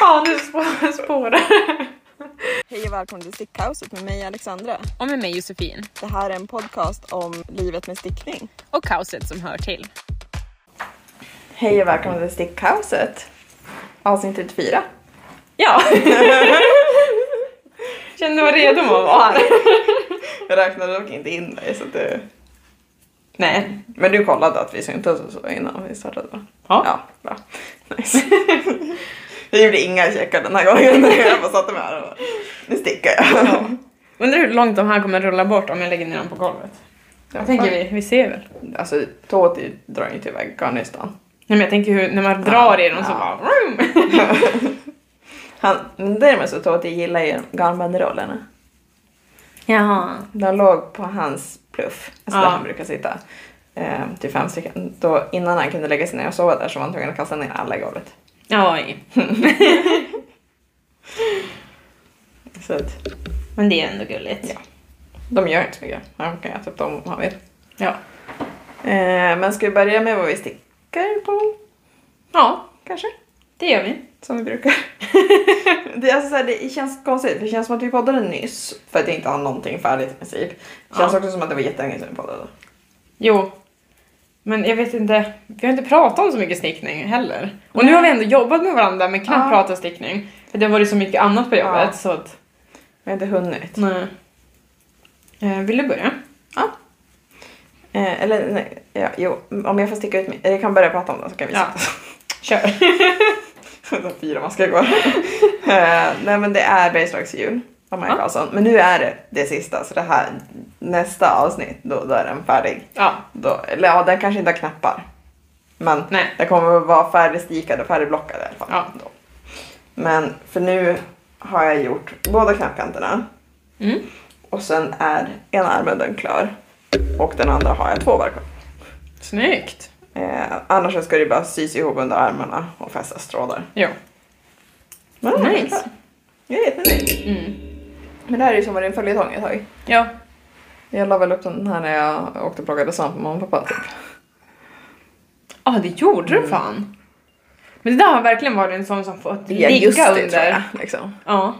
Ja, nu spå- spårar Hej och välkommen till Stickkaoset med mig Alexandra. Och med mig Josefin. Det här är en podcast om livet med stickning. Och kaoset som hör till. Hej och välkommen till Stickkaoset. Avsnitt 34. Ja. Kände mig redo med att vara här. Jag räknade dock inte in dig så att det... Nej, men du kollade att vi syntes och så innan vi startade va? Ja. Ja, bra. Nice. Jag gjorde inga checkar den här gången. Jag bara satte mig här och bara, nu stickar jag. Undrar hur långt de här kommer rulla bort om jag lägger ner dem på golvet. Jag tänker vi, vi ser väl. Alltså tåget drar ju inte iväg Afghanistan. Nej men jag tänker hur, när man drar i dem så Ja. bara... vroom. Han, men däremot så Tåti gillar ju garnbanderollerna. Jaha. De låg på hans pluff, alltså Ja. där han brukar sitta. Eh, typ fem stycken. Då, innan han kunde lägga sig ner och sova där så var han tvungen att kasta ner alla i golvet. Oj. Så att, Men det är ändå gulligt. Ja. de gör inte så mycket. Han kan äta upp dem om han vill. Ja. Eh, men ska vi börja med vad vi stickar på Ja, kanske? det gör vi. Som vi brukar. det, är alltså så här, det känns konstigt, för det känns som att vi poddade nyss. För att jag inte har någonting färdigt i princip. Det känns Ja. också som att det var jättelänge sedan vi poddade. Jo. Men jag vet inte, vi har inte pratat om så mycket stickning heller. Och nu har vi ändå jobbat med varandra men knappt Ja. pratat stickning. För det har varit så mycket annat på jobbet Ja. så att... Vi har inte hunnit. Nej. Eh, vill du börja? Eh, eller nej, ja, jo, om jag får sticka ut min... Jag kan börja prata om den så kan vi Ja. sitta. Kör. Det är fyra maskar kvar. eh, nej men det är Bergslags jul av Maja Ja. Karlsson. Men nu är det det sista så det här nästa avsnitt då, då är den färdig. Ja. Då, eller ja, den kanske inte har knappar. Men Nej. den kommer att vara färdigstikad och färdigblockad i alla fall. Ja. Då. Men för nu har jag gjort båda knappkanterna Mm. och sen är ena armbönden klar och den andra har jag två var kvar. Snyggt. Eh, annars så ska det bara sys ihop under armarna och fästas trådar. Jo. Men den är Nice. klar. Jag är jättenöjd. Mm. Men det här är ju som varit en följetong ett tag. Ja. Jag la väl upp den här när jag åkte och plockade svamp med mamma och pappa. Typ. Ja, ah, det gjorde Mm. du fan. Men det där har verkligen varit en sån som fått I ligga augusti under. tror jag. Liksom. Ja.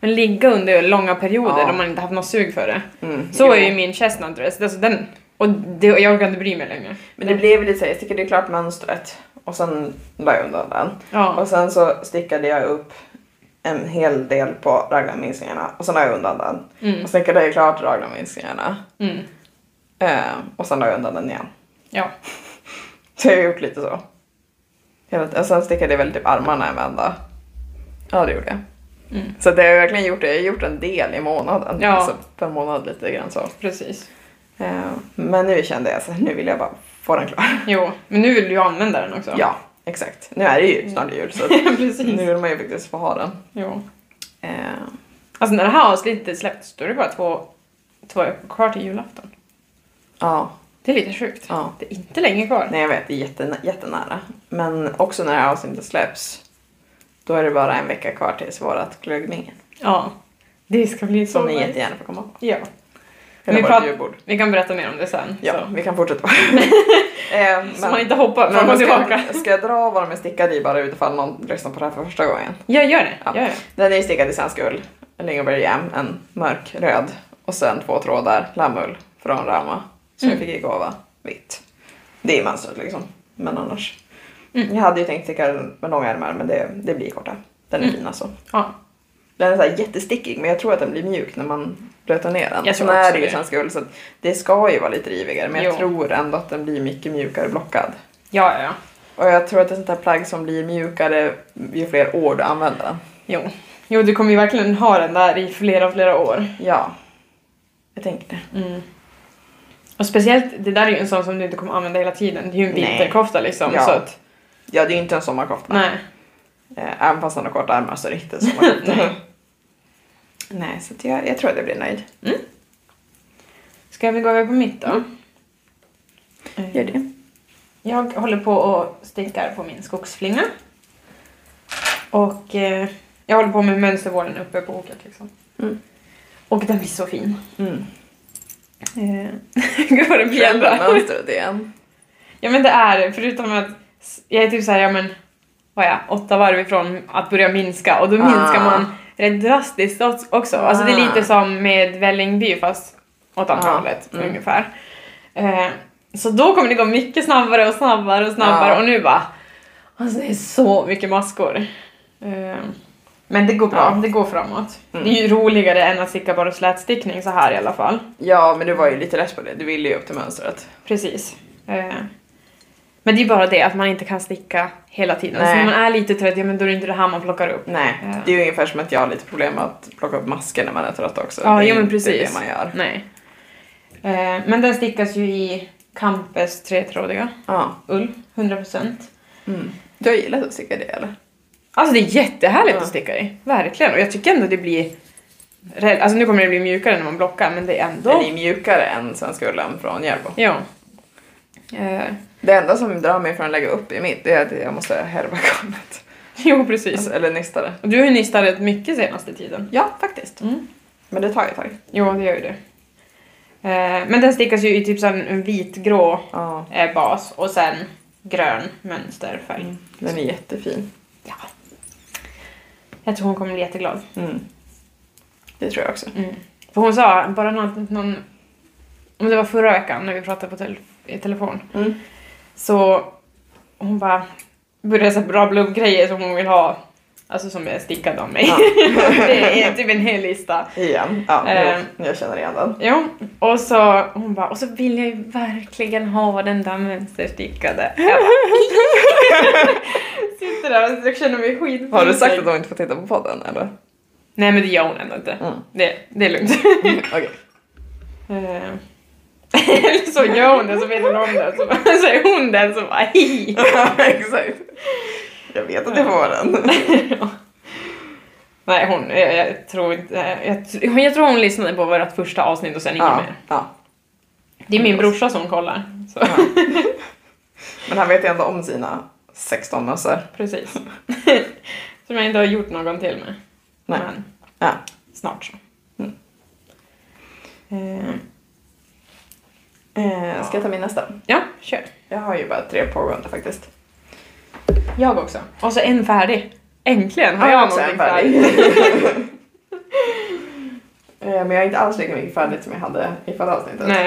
Men ligga under långa perioder Ja. om man inte haft något sug för det. Mm. Så Jo. är ju min chestnut dress. Alltså den, och det, jag orkar inte bry mig längre. Men det blev lite såhär, jag stickade ju klart mönstret och sen la jag undan den. Ja. Och sen så stickade jag upp en hel del på raglarminskningarna och sen la jag undan den. Mm. Och stickade jag klart raglarminskningarna Mm. eh, och sen la jag undan den igen. Ja. Så jag har gjort lite så. Hela, och sen stickade jag väl typ armarna en vända. Ja, det gjorde jag. Mm. Så det har jag verkligen gjort. Jag har gjort en del i månaden. Ja. Alltså per månad lite grann så. Precis. Eh, men nu kände jag så här, nu vill jag bara få den klar. Jo. Men nu vill du ju använda den också. Ja, exakt. Nu är det ju snart jul så Mm. Precis. nu vill man ju faktiskt få ha den. Jo. Eh, Alltså när det här avsnittet släppts då är det bara två, två veckor kvar till julafton. ja, Det är lite sjukt. ja. Det är inte länge kvar. Nej jag vet, det är jätten, jättenära. Men också när det här avsnittet släpps, då är det bara en vecka kvar tills vårat glöggmingel. Ja. Det ska bli så Som ni nice. jättegärna får komma på. Ja. Eller Vi vårt pratar- julbord. Vi kan berätta mer om det sen. Ja, Så, vi kan fortsätta. eh, men, så man inte hoppar men fram och tillbaka. ska, ska jag dra vad de är stickade i bara utifall någon lyssnar på det här för första gången? Ja, gör det. Ja. Gör det. Den är ju stickad i svensk ull, en lingonbergsjäm, en mörk röd och sen två trådar lammull från Rama som Mm. jag fick i gåva, vitt. Det är mönstret liksom, men annars. Mm. Jag hade ju tänkt sticka den med långa ärmar men det, det blir korta. Den är Mm. fin alltså. Ja. Den är så här jättestickig men jag tror att den blir mjuk när man blötar ner den. Jag tror Sen är också det ju det. svensk ull så att det ska ju vara lite rivigare men jag Jo. tror ändå att den blir mycket mjukare blockad. ja, ja, ja. Och jag tror att det är sånt här plagg som blir mjukare ju fler år du använder den. Jo. jo, du kommer ju verkligen ha den där i flera, flera år. Ja, jag tänker det. Och speciellt, det där är ju en sån som du inte kommer använda hela tiden. Det är ju en Nej. vinterkofta liksom. Ja. Så att, Ja, det är ju inte en sommarkofta. nej. Eh, Även fast den har korta ärmar så är det inte en sommarkofta. Nej, så att jag, jag tror att jag blir nöjd. Ska vi gå över på mitt då? Eh, Gör det. Jag håller på och stickar på min skogsflinga. Och eh, jag håller på med mönstervården uppe på åkret liksom. Mm. Och den blir så fin. Mm. Eh, Gud vad den Förändra bjällrar. mönstret igen. Ja men det är det, förutom att s- jag är typ såhär, ja men var jag åtta varv ifrån att börja minska och då minskar Ah. man rätt drastiskt ots- också. Alltså det är lite Ah. som med Vällingby fast åt andra Ah, hållet mm. ungefär. Eh, så då kommer det gå mycket snabbare och snabbare och snabbare Ah. och nu bara Alltså det är så mycket maskor. Eh, men det går bra, Ja. det går framåt. Det är ju Mm. roligare än att sticka bara slätstickning så här i alla fall. Ja, men du var ju lite less på det. Du ville ju upp till mönstret. Precis. Eh, Men det är bara det att man inte kan sticka hela tiden. Så Nej. när man är lite trött, ja men då är det inte det här man plockar upp. Nej, Ja. det är ju ungefär som att jag har lite problem med att plocka upp masker när man är trött också. Ja, det är jo, men inte precis. det man gör. Nej. Eh, Men den stickas ju i Campes tretrådiga Ja. ull, 100%. Mm. Du har gillat att sticka det eller? Alltså det är jättehärligt Ja. att sticka i, verkligen. Och jag tycker ändå det blir... rel- Alltså nu kommer det bli mjukare när man blockar, men det är ändå... Den är mjukare än svenska ullen från Järbo. Ja. Eh, Det enda som drar mig från att lägga upp i mitt det är att jag måste härva garnet. jo, precis. Alltså, eller nysta det. Och Du har ju nystat rätt mycket senaste tiden. Ja, faktiskt. Mm. Men det tar ju ett tag. Jo, det gör ju det. Eh, men den stickas ju i typ så här en vitgrå Ja. eh, bas och sen grön mönsterfärg. Mm. Den är jättefin. Ja. Jag tror hon kommer bli jätteglad. Mm. Det tror jag också. För hon sa, bara någon, någon om det var förra veckan när vi pratade på tel- i telefon, Mm. så hon bara började så här rabbla upp grejer som hon vill ha, alltså som är stickade av mig. Ja. det är typ en hel lista. Igen. Ja, Eh. jo, jag känner igen den. Jo, och så hon bara, och så vill jag ju verkligen ha den där mönsterstickade. Jag bara, Sitter där och jag känner mig skitpinsamt. Har du sagt att de inte får titta på podden eller? Nej men det gör hon ändå inte. Mm. Det, det är lugnt. Okej. Eh, Eller så gör hon det så vet hon om det. Så, bara- så är hon den som bara hi. Exakt. Jag vet att det var den. Nej hon, jag, jag tror inte, jag, tr- jag tror hon lyssnade på vårt första avsnitt och sen inget Ja, mer. ja. Det är min brorsa som kollar. Så. Men han vet ju ändå om sina 16 mössor. Precis. Som jag inte har gjort någon till med. Nej. Men Ja. snart så. Mm. Eh, Eh, ska jag ta min nästa? ja, kör. Jag har ju bara tre pågående faktiskt. Jag också. Och så en färdig. Äntligen har Ja, jag också en någonting färdigt. Eh, men jag har inte alls lika mycket färdigt som jag hade i förra avsnittet. Nej.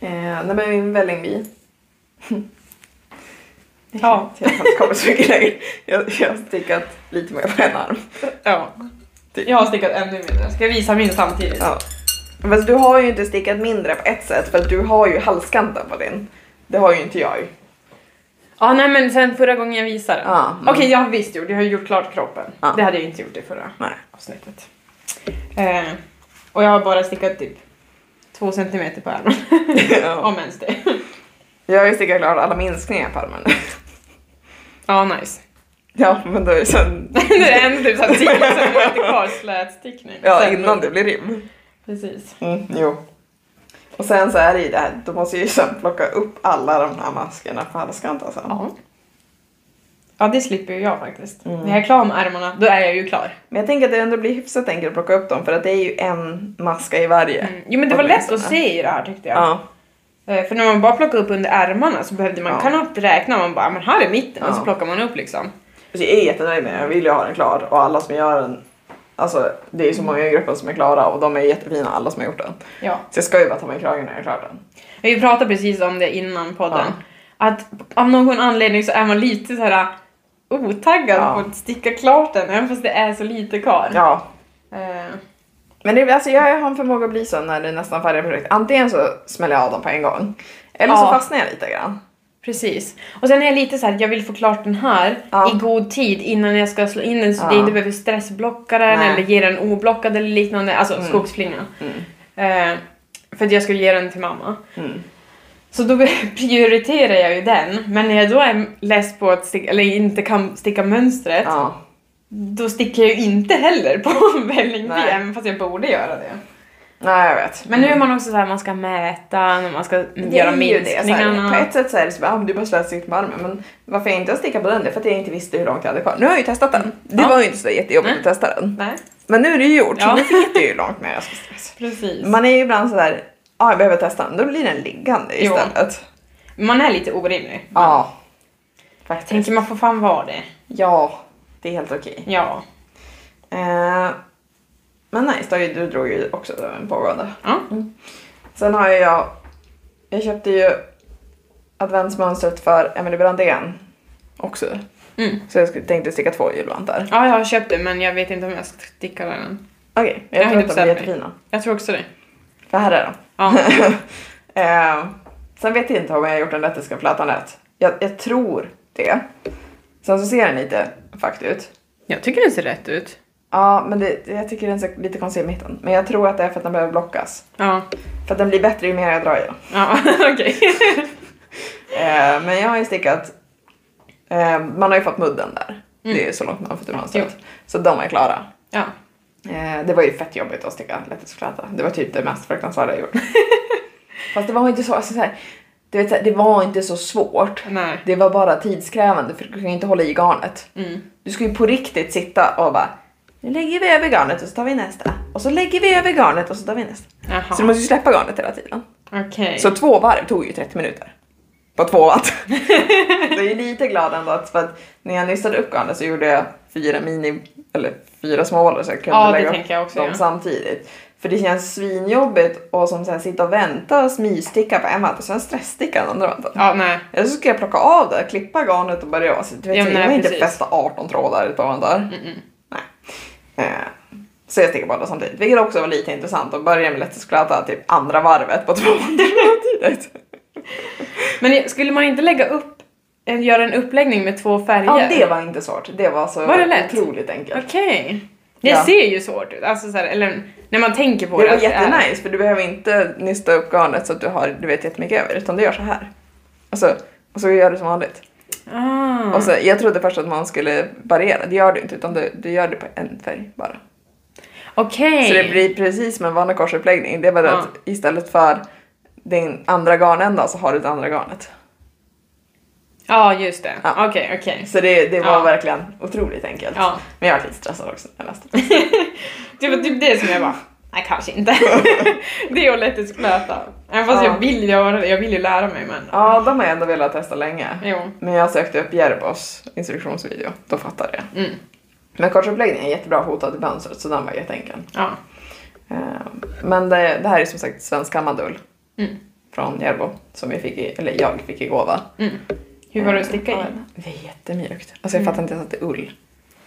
Eh, nej men min vällingby. Ja. Jag har inte kommit så mycket längre. Jag, jag har stickat lite mer på en arm. Ja. Jag har stickat ännu mindre. Ska jag visa min samtidigt? Ja. Fast du har ju inte stickat mindre på ett sätt för att du har ju halskanten på din. Det har ju inte jag. Ja, nej men sen förra gången jag visade. Ja, mm. Okej, jag har visst gjort. Jag har ju gjort klart kroppen. Ja. Det hade jag inte gjort i förra Nej. avsnittet. Eh, och jag har bara stickat typ två centimeter på armen. Ja. Om ens det. Jag har ju stickat klart alla minskningar på armen. Ja, nice. Ja men då är det sen... det är ändå typ såhär 10 centimeter kvar slätstickning. Ja Sen- innan det blir rim. Precis. Mm, jo. Och sen så är det ju det här, då måste jag ju sen plocka upp alla de här maskerna på halskanten sen. Ja. Ja, det slipper ju jag faktiskt. Mm. När jag är klar med ärmarna, då är jag ju klar. Men jag tänker att det ändå blir hyfsat enkelt att plocka upp dem för att det är ju en maska i varje. Mm. Jo, men det var lätt att se i det här tyckte jag. Ja. Eh, För när man bara plockade upp under ärmarna så behövde man Ja. knappt räkna, man bara "Ah, men här är mitten och så Ja. plockar man upp liksom. Så jag är jättenöjd med den, jag vill ju ha den klar och alla som gör den, alltså det är ju så många i gruppen som är klara och de är jättefina alla som har gjort den. Ja. Så jag ska ju bara ta mig i kragen när jag är klar den. Vi pratade precis om det innan podden. Ja. Att av någon anledning så är man lite så här eh, otaggad Ja. på att sticka klart den även fast det är så lite kvar. Ja. Eh, Men det, alltså jag har en förmåga att bli så när det är nästan färdiga projekt. Antingen så smäller jag av dem på en gång eller så Ja. fastnar jag lite grann. precis. Och sen är jag lite så här jag vill få klart den här Ja. i god tid innan jag ska slå in den så att jag Ja. inte behöver stressblocka den Nej. eller ge den oblockad eller liknande, alltså skogsflinga. Mm. Eh, för att jag skulle ge den till mamma. Mm. Så då prioriterar jag ju den, men när jag då är less på att sticka, eller inte kan sticka mönstret, Ja. då stickar jag ju inte heller på Vällingby, Nej. även fast jag borde göra det. Mm. Nej jag vet. Men nu är man också såhär, man ska mäta, när man ska göra är ju det, så här, minskningarna. på ett sätt så är det så bara, ah, men du bara slöt sikt på armen. Men varför jag inte har stickat på den det är för att jag inte visste hur långt jag hade kvar. Nu har jag ju testat den. Det Mm. Ja. var ju inte så jättejobbigt Nej. att testa den. Nej, Men nu är det ju gjort Ja. så nu vet jag ju hur långt när jag ska stressa. precis. Man... Man är ju ibland sådär, ja ah, jag behöver testa den. Då blir den liggande Jo. istället. är lite orimlig. Ja. Jag Faktiskt. tänker man får fan vara det. Ja, det är helt okej. Ja. Eh, men nice, då, du drog ju också en pågående. Ja. Sen har ju jag... Jag köpte ju adventsmönstret för Emily Brandén också. Mm. Så jag skulle- tänkte sticka två julvantar. ja, jag har köpt det men jag vet inte om jag ska sticka den än. Okej, Jag jag har tror inte att de blir bestämt mig. jättefina. Jag tror också det. För här är de. Ja. Eh, sen vet jag inte om jag har gjort den lettiska flätan rätt. Jag, jag tror det. Sen så ser den lite fakt ut. jag tycker den ser rätt ut. Ja, men det, jag tycker den ser lite konstig i mitten. Men jag tror att det är för att den behöver blockas. Ja. För att den blir bättre ju mer jag drar i den. Ja, okej. Eh, men jag har ju stickat... Eh, man har ju fått mudden där. Det är ju så långt man har fått ur mönstret. Så de är klara. Ja. Eh, det var ju fett jobbigt att sticka lettisk fläta. Det var typ det mest fruktansvärda jag gjort. Fast det var inte så... Alltså, så här, du vet, så här, det var inte så svårt. Nej. Det var bara tidskrävande för du kunde ju inte hålla i garnet. Mm. Du ska ju på riktigt sitta och bara nu lägger vi över garnet och så tar vi nästa. Och så lägger vi över garnet och så tar vi nästa. Jaha. Så du måste ju släppa garnet hela tiden. Okej. Så två varv tog ju 30 minuter. På två watt. så jag är lite glad ändå att, för att när jag nystade upp garnet så gjorde jag fyra mini, eller fyra små bollar så jag kunde Ja, det lägga upp tänker jag också, dem ja. samtidigt. För det känns svinjobbigt att som så här, sitta och vänta och smygsticka på en vant och sen stresssticka den andra vanten. Ja, nej. Eller så ska jag plocka av det, klippa garnet och börja alltså, du vet, Ja, så nej, Jag vill inte precis. Mm, fästa 18 trådar utav den där. Nej. Eh, så jag sticker båda samtidigt. Vilket också var lite intressant att börja med lettisk fläta typ andra varvet på två samtidigt. Men skulle man inte lägga upp, eh, göra en uppläggning med två färger? Ja, det var inte svårt. Det var så Var det lätt? otroligt enkelt. Okej. Det Ja. ser ju svårt ut. Alltså så här, eller när man tänker på det. Det var att är- jättenice för du behöver inte nysta upp garnet så att du har du vet jättemycket över utan du gör så här. Alltså, och så gör du som vanligt. Ah. Och så, jag trodde först att man skulle variera, det gör du inte utan du, du gör det på en färg bara. Okej. Så det blir precis som en vanlig korsuppläggning. Det är bara Ja. att istället för din andra garnända så har du det andra garnet. Ja, just det. Ja. Okej, okej. Så det, det var Ja. verkligen otroligt enkelt. Ja. Men jag var lite stressad också när jag läste. Det var typ det som jag bara, nej kanske inte. det är att lätt att sklöta. Även fast Ja. jag vill göra det, jag vill ju lära mig men. Ja, de har jag ändå velat testa länge. Jo. Men jag sökte upp Järbos instruktionsvideo, då fattade jag. Mm. Men korsuppläggningen är jättebra hotad i mönstret så den var jätteenkel. Ja. Ehm, Men det, det här är som sagt svensk kammadull Mm. från Järbo som vi fick i, eller jag fick i gåva. Mm. Hur var det att Eh, sticka ja, i? Mm. Det är jättemjukt. Alltså jag fattar inte ens att det är ull.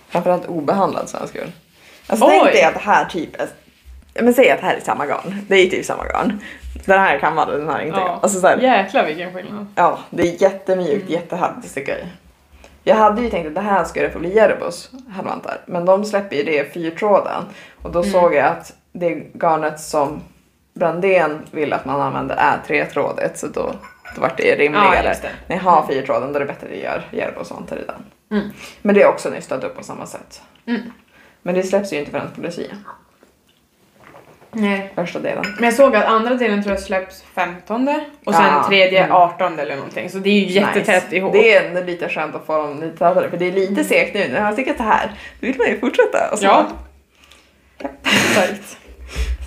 Framförallt obehandlad svensk ull. Alltså Oj! tänk dig att det här typ är... Men säg att det här är samma garn. Det är typ samma garn. Den här kan vara den här är inte. Ja. Mm. Alltså så här, Jäklar vilken skillnad. ja, det är jättemjukt, jättehärligt att sticka i. Jag hade ju tänkt att det här skulle få bli Jerebos halvantar. Men de släpper ju det i fyrtråden. Och då Mm. såg jag att det garnet som Brandén vill att man använder är tretrådigt. Så då, då vart det rimligare. Ja, just det. När jag har fyrtråden då är det bättre att jag gör Jerebos vantar i den. Mm. Men det är också nystat upp på samma sätt. Mm. Men det släpps ju inte förrän på Lucia, Nej. första delen. Men jag såg att andra delen tror jag släpps 15 och sen Ja. tredje Mm. 18 eller någonting. Så det är ju jättetätt Nice. ihop. Det är ändå lite skönt att få dem lite tätare för det är lite segt nu. När jag har stickat så här då vill man ju fortsätta. Och så, Ja. Exakt.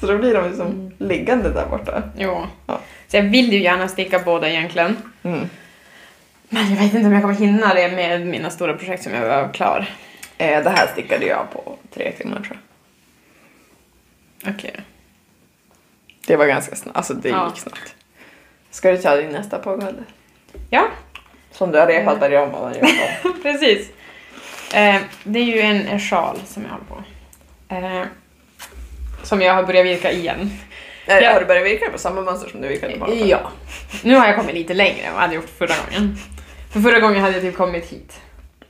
så då blir de liksom Mm. liggande där borta. Jo. Ja. Så jag vill ju gärna sticka båda egentligen. Mm. Men jag vet inte om jag kommer hinna det med mina stora projekt som jag behöver klar. Eh, det här stickade jag på tre timmar tror jag. Okej. Det var ganska snabbt. Alltså det Ja. gick snabbt. Ska du ta din nästa pågående? Ja, Som du har repat där jag och gjort om. precis. Eh, det är ju en, en sjal som jag håller på. Eh, som jag har börjat virka igen. Eh, Ja. Har du börjat virka på samma mönster som du virkade på? Ja. Nu har jag kommit lite längre än vad jag hade gjort förra gången. För förra gången hade jag typ kommit hit.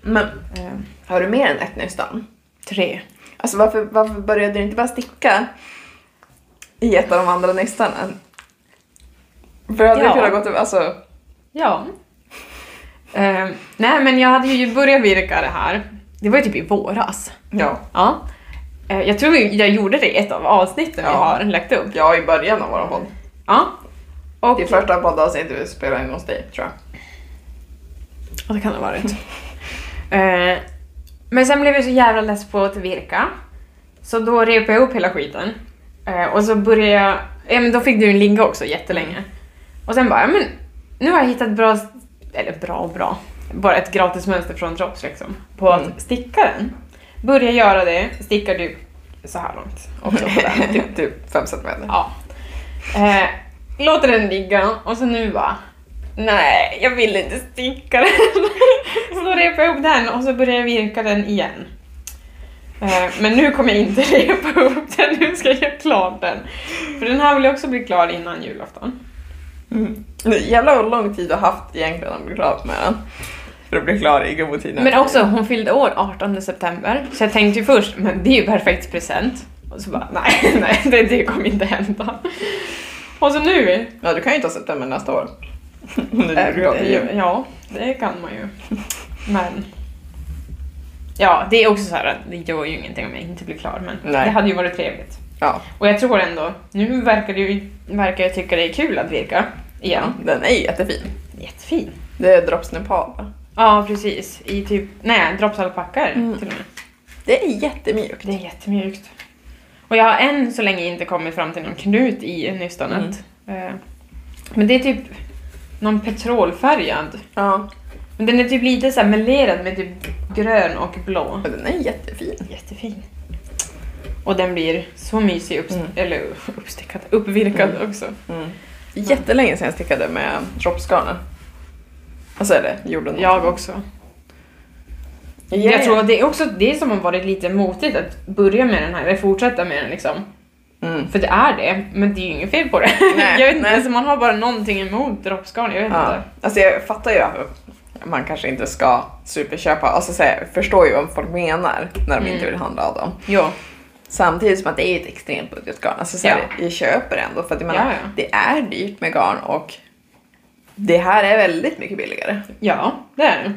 Men Eh, har du mer än ett nystan? tre. Alltså varför, varför började du inte bara sticka i ett av de andra nystanen? För hade Ja. du kunnat gå till, alltså, Ja. Eh, nej, men jag hade ju börjat virka det här. Det var ju typ i våras. ja. Ja. Eh, Jag tror vi- jag gjorde det i ett av avsnitten vi Ja. har lagt upp. Ja, i början av vår podd. Ja. Och, Det första poddavsnittet vi spelade in hos dig, tror jag. Ja, det kan det ha varit. Eh, men sen blev jag så jävla less på att virka. Så då repade jag upp hela skiten. Eh, och så började jag... Ja, men då fick du en ligga också jättelänge. Och sen bara, ja men nu har jag hittat bra... Eller bra och bra. bara ett gratis mönster från Drops liksom, på Mm. att sticka den. Börja göra det, stickar du så här långt. Också på den, typ. typ, typ 5 centimeter. Ja. Eh, låter den ligga och så nu bara, nej jag vill inte sticka den. så då repar jag upp den och så börjar jag virka den igen. Eh, men nu kommer jag inte repa upp den, nu ska jag göra klart den. För den här vill jag också bli klar innan julafton. Mm. Nu, Jävlar vad lång tid du har haft egentligen att bli klar med den. För att bli klar i god tid. Men också, hon fyllde år 18 september, så jag tänkte ju först, men det är ju perfekt present. Och så bara, nej, nej, det, det kommer inte hända. Och så nu, Ja, du kan ju ta september nästa år. Om du Eh, blir klar i jul. Ja, det kan man ju. Men... Ja, det är också så här att det gör ju ingenting om jag inte blir klar, men Nej. det hade ju varit trevligt. Ja. Och jag tror ändå, nu verkar det ju verkar jag tycka det är kul att virka igen. Den är jättefin. Jättefin. Det är Drops Nepal va? Ja, precis. I typ, nej, droppsalpackor Mm. till och med. Det är jättemjukt. Det är jättemjukt. Och jag har än så länge inte kommit fram till någon knut i nystanet. Mm. Eh, Men det är typ någon petrolfärgad Ja. Men den är typ lite så här melerad med typ grön och blå. Men den är jättefin. Jättefin. Och den blir så mysig upps- Mm. eller uppstickad, uppvirkad också. Det är jättelänge sedan jag stickade med droppsgarnen. Alltså eller gjorde något. Jag också. Jag tror att det är också det som har varit lite motigt att börja med den här, eller fortsätta med den liksom. Mm. För det är det, men det är ju inget fel på det. Nej, jag vet inte, nej. alltså man har bara någonting emot droppsgarn, jag vet Ja. inte. Alltså jag fattar ju att man kanske inte ska superköpa, alltså så här, jag förstår ju vad folk menar när de inte Mm. vill handla av dem. Ja. Samtidigt som att det är ett extremt budgetgarn. Alltså så här, Ja. Jag köper det ändå för att jag menar, Ja, ja. det är dyrt med garn och det här är väldigt mycket billigare. ja, det är det.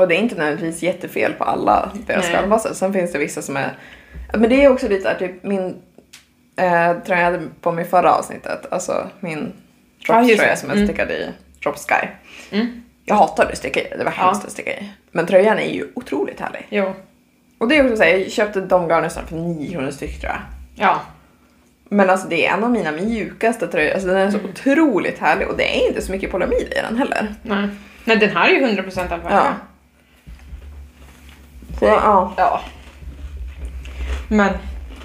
Och det är inte nödvändigtvis jättefel på alla deras Nej. garnbaser. Sen finns det vissa som är... Men det är också lite att typ min eh, tröja jag hade på mig förra avsnittet, alltså min Ja, just dropströja det. som jag Mm. stickade i, Drop Sky. Mm. Jag hatade att sticka i, det var Ja. hemskt att sticka i. Men tröjan är ju otroligt härlig. Jo. Och det är också såhär, jag köpte de garnen snart för 900 styck tror jag. Ja. Men alltså det är en av mina mjukaste tröjor, alltså den är Mm. så otroligt härlig och det är inte så mycket polyamid i den heller. Nej. Nej, den här är ju 100% alfaka. Ja. Så, ja. Typ, Ja. Men,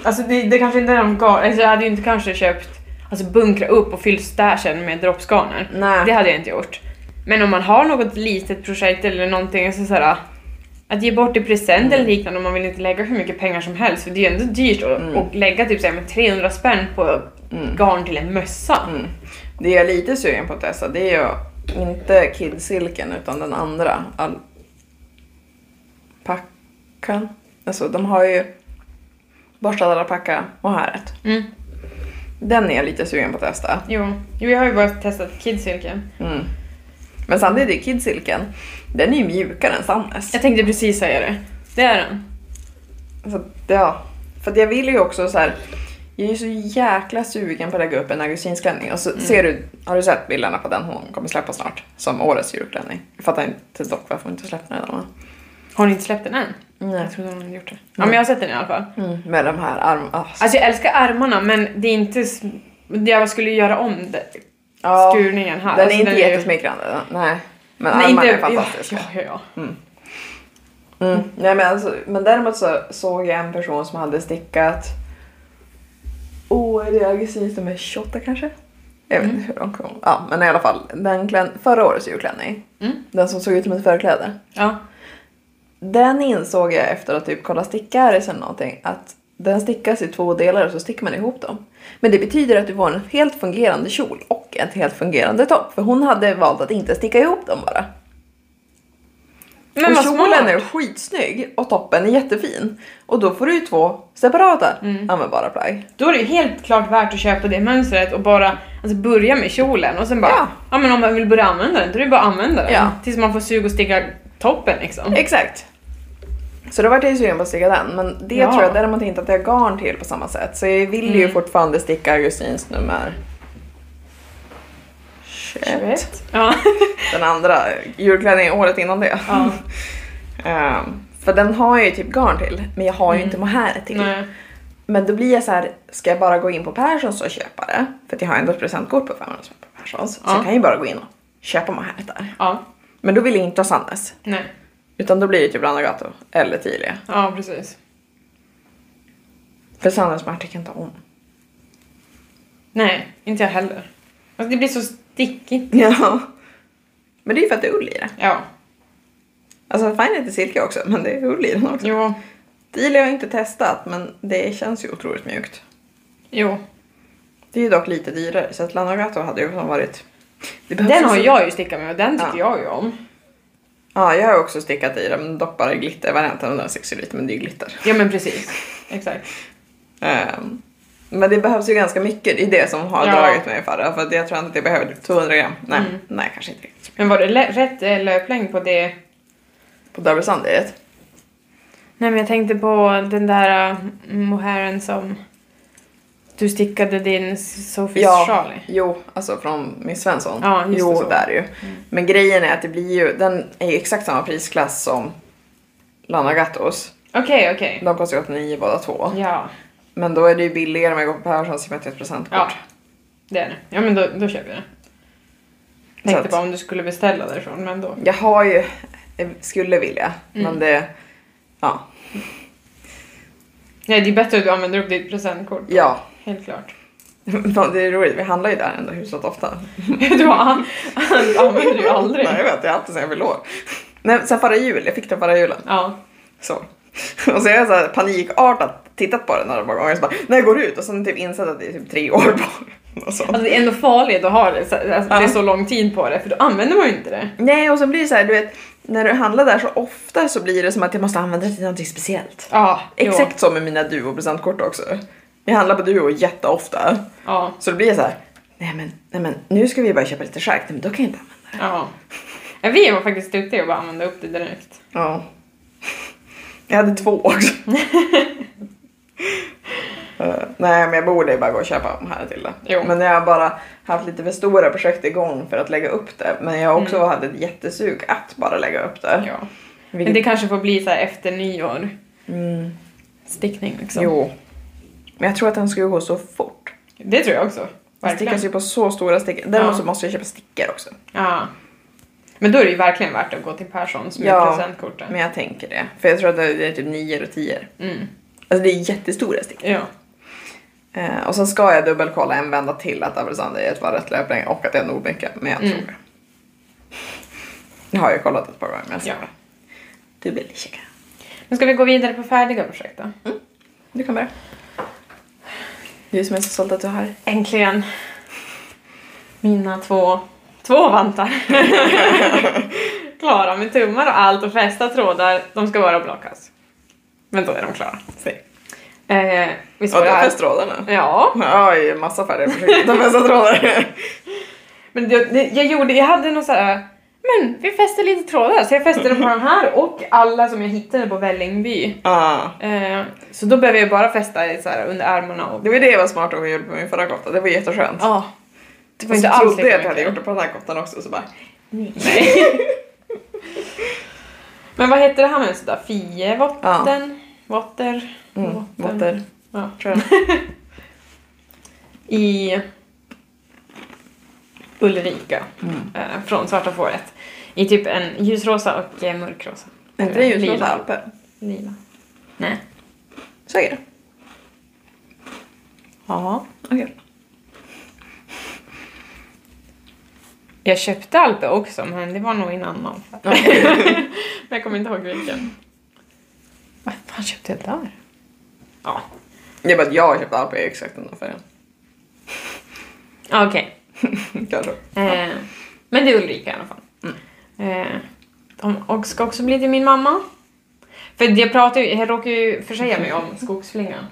alltså det, det kanske inte är de garn... Alltså jag hade ju inte kanske köpt, alltså bunkra upp och fyllt stashen med droppsgarner. Nej. Det hade jag inte gjort. Men om man har något litet projekt eller någonting, alltså såhär, att ge bort i present Mm. eller liknande om man vill inte lägga hur mycket pengar som helst för det är ju ändå dyrt att Mm. och lägga typ såhär, med 300 spänn på Mm. garn till en mössa. Mm. Det jag är lite sugen på att testa det är ju inte kidsilken utan den andra alpackan. Alltså de har ju borstad alpacka mohairet. Mm. Den är jag lite sugen på att testa. Jo. jo, jag har ju bara testat kidsilken. Mm. Men samtidigt är kidsilken, den är ju mjukare än Sannes. Jag tänkte precis säga det. Det är den. Så, att, ja. För att jag vill ju också så här. Jag är ju så jäkla sugen på att lägga upp en augustinsklänning. Och så Mm. ser du, har du sett bilderna på den hon kommer släppa snart? Som årets julklänning. Jag fattar inte dock varför hon inte släppte den redan. Har ni inte släppt den än? Nej. Jag trodde hon hade gjort det. Ja, men jag har sett den i alla fall. Mm. Med de här arm... ah, s- Alltså jag älskar armarna men det är inte... s- Jag skulle göra om det, ja, skurningen här. Den är Alltså, inte ju- jättesmickrande. Nej. Men Nej, armarna inte, är fantastiska. Ja, ja, ja. Mm. Nej, men, alltså, men däremot så såg jag en person som hade stickat... Åh, är det augustinskt nummer 28 kanske? Jag vet inte hur de kom. Ja, men i alla fall. Den klän- förra årets julklänning. Mm. Den som såg ut som ett förkläde. ja. Den insåg jag efter att typ kolla stickaris eller någonting att den stickas i två delar och så stickar man ihop dem. Men det betyder att du får en helt fungerande kjol och en helt fungerande topp. För hon hade valt att inte sticka ihop dem bara. Men och vad kjolen är smart! skitsnygg och toppen är jättefin. Och då får du ju två separata Mm. användbara plagg. Då är det ju helt klart värt att köpa det mönstret och bara alltså, börja med kjolen och sen bara... Ja. Ja. men om man vill börja använda den då är det bara att använda den. Ja. Tills man får sug och sticka toppen liksom. Exakt. Så då vart jag ju sugen på att sticka den. Men det Ja. tror jag däremot inte att jag har garn till på samma sätt. Så jag vill ju Mm. fortfarande sticka Augustins nummer 21. Ja. Den andra julklänningen året innan det. ja. Ehm, för den har jag ju typ garn till, men jag har ju inte mohair till. Mm. Nej. Men då blir jag så här, ska jag bara gå in på Perssons och köpa det? För att jag har ändå ett presentkort på 500 spänn på Perssons. Så Ja. jag kan ju bara gå in och köpa mohairet där. Ja. Men då vill jag inte ha Sannes. Nej. Utan då blir det typ Ranagato eller Tilia. Ja, precis. För Sannes match tycker jag inte om. Nej, inte jag heller. Alltså, det blir så stickigt. Ja. Men det är ju för att det är ull i det. Ja. Alltså fine inte silke också men det är ull i den också. Jo. Tilia har jag inte testat men det känns ju otroligt mjukt. Jo. Det är ju dock lite dyrare så att Ranagato hade ju som varit... Det behövs Den ju har så- jag ju stickat med och den tycker Ja. jag ju om. Ja, jag har också stickat i den, men dock bara i glittervarianten. och Den sticks ju lite, men det är ju glitter. Ja men precis. Exakt. Ehm, men det behövs ju ganska mycket. Det är det som har Ja. dragit mig i förra. För att jag tror inte att jag behöver 200 gram. Nej, Mm. nej kanske inte riktigt. Men var det lä- rätt eh, löplängd på det? På Derby Sunday? Nej men jag tänkte på den där mohären som du stickade din Sophie's Charlie. jo, alltså från Miss Svensson. Ja, just det, jo, så. Mm. där ju. Men grejen är att det blir ju, den är ju exakt samma prisklass som Lana Gattos. Okej, okej. De kostar ju 89 båda två. Ja, Men då är det ju billigare om jag går på Perssons i och med att jag har ett ja. presentkort. Det är det. Ja men då, då köper jag det. Tänkte att- bara om du skulle beställa därifrån men då. Jag har ju, jag skulle vilja, Mm. men det, ja. Nej det är bättre att du använder upp ditt presentkort. Ja, Helt klart. det är roligt, vi handlar ju där ändå hyfsat ofta. Du har an- använder ju aldrig. Nej, jag vet, jag har alltid sen jag fyllde år. Nej, sen förra jul, jag fick den förra julen. Ja. Så. Och så har jag så här panikartat tittat på den några gånger och så bara, när går det ut? Och sen typ insett att det är typ tre år kvar. Och så. Alltså det är ändå farligt att ha det, så- alltså, det är Ja. så lång tid på det för då använder man ju inte det. Nej, och så blir det så här, du vet, när du handlar där så ofta så blir det som att jag måste använda det till någonting speciellt. Ja, Exakt så med mina Duo-presentkort också. Jag handlar på Duo jätteofta. Ja, Så det blir så här, nej men, nej men nu ska vi bara köpa lite skärk, nej men då kan jag inte använda det. ja. Ja, Vi var faktiskt duktiga att bara använda upp det direkt. Ja. Jag hade två också. Eh, nej men jag borde ju bara gå och köpa de här till det. Jo. Men jag har bara haft lite för stora projekt igång för att lägga upp det. Men jag också hade ett jättesug att bara lägga upp det. Mm. Ja. Men Vilket- det kanske får bli så här efter nyår. Mm, Stickning liksom. jo. Men jag tror att den skulle gå så fort. Det tror jag också. Den Verkligen. stickas ju på så stora stickor. Däremot Ja. så måste jag köpa stickor också. Ja. Men då är det ju verkligen värt att gå till Perssons med Ja, presentkorten. Men jag tänker det. För jag tror att det är typ nior och tior. Mm. Alltså det är jättestora stickor. Ja. Eh, och sen ska jag dubbelkolla en vända till att Avesandet var rätt löpning och att det är nog mycket, men jag tror Mm. det. Nu har jag ju kollat ett par gånger men jag ska ja. bara- Du blir lite käkare. Men ska vi gå vidare på färdiga projekt då? Du kan börja. Du som är så stolt att du har. Äntligen. Mina två, två vantar. klara med tummar och allt och fästa trådar. De ska vara blockas. Men då är de klara. Se. Eh, vi Och du har spårar. fäst trådarna. Ja, Ja, i massa färger. Jag försöker hitta fästa trådar. men det, det, jag gjorde, jag hade någon så här. Men vi fäster lite trådar så jag fäste dem på den här och alla som jag hittade på Vällingby. Ah. Eh, så då behöver jag bara fästa i så här under armarna och... Det var det jag var smart och gjorde på min förra kofta. Det var jätteskönt. Ja. det var Och så inte alls trodde jag lika att jag hade mycket. gjort det på den här koftan också så bara Men vad heter det här mönstret då? Fievotten? Votter? mm, Votten. måtter. Ja. Tror jag. i Ulrika eh, från Svarta fåret. I typ en ljusrosa och eh, mörkrosa. Är inte det ljusrosa Lila. alper? Lila. Nej. Säger du? Ja. Okej. Jag köpte Alpe också men det var nog i en annan affär. Okej. Men jag kommer inte ihåg vilken. Vad fan köpte jag där? Ja. Jag bara, jag har köpt alper i exakt den här färgen. Ah, Okej. Kanske. Eh, men det är Ulrika i alla fall. Mm. Eh, de och ska också bli till min mamma. För jag pratar ju, jag råkar ju försäga mig om skogsflingan.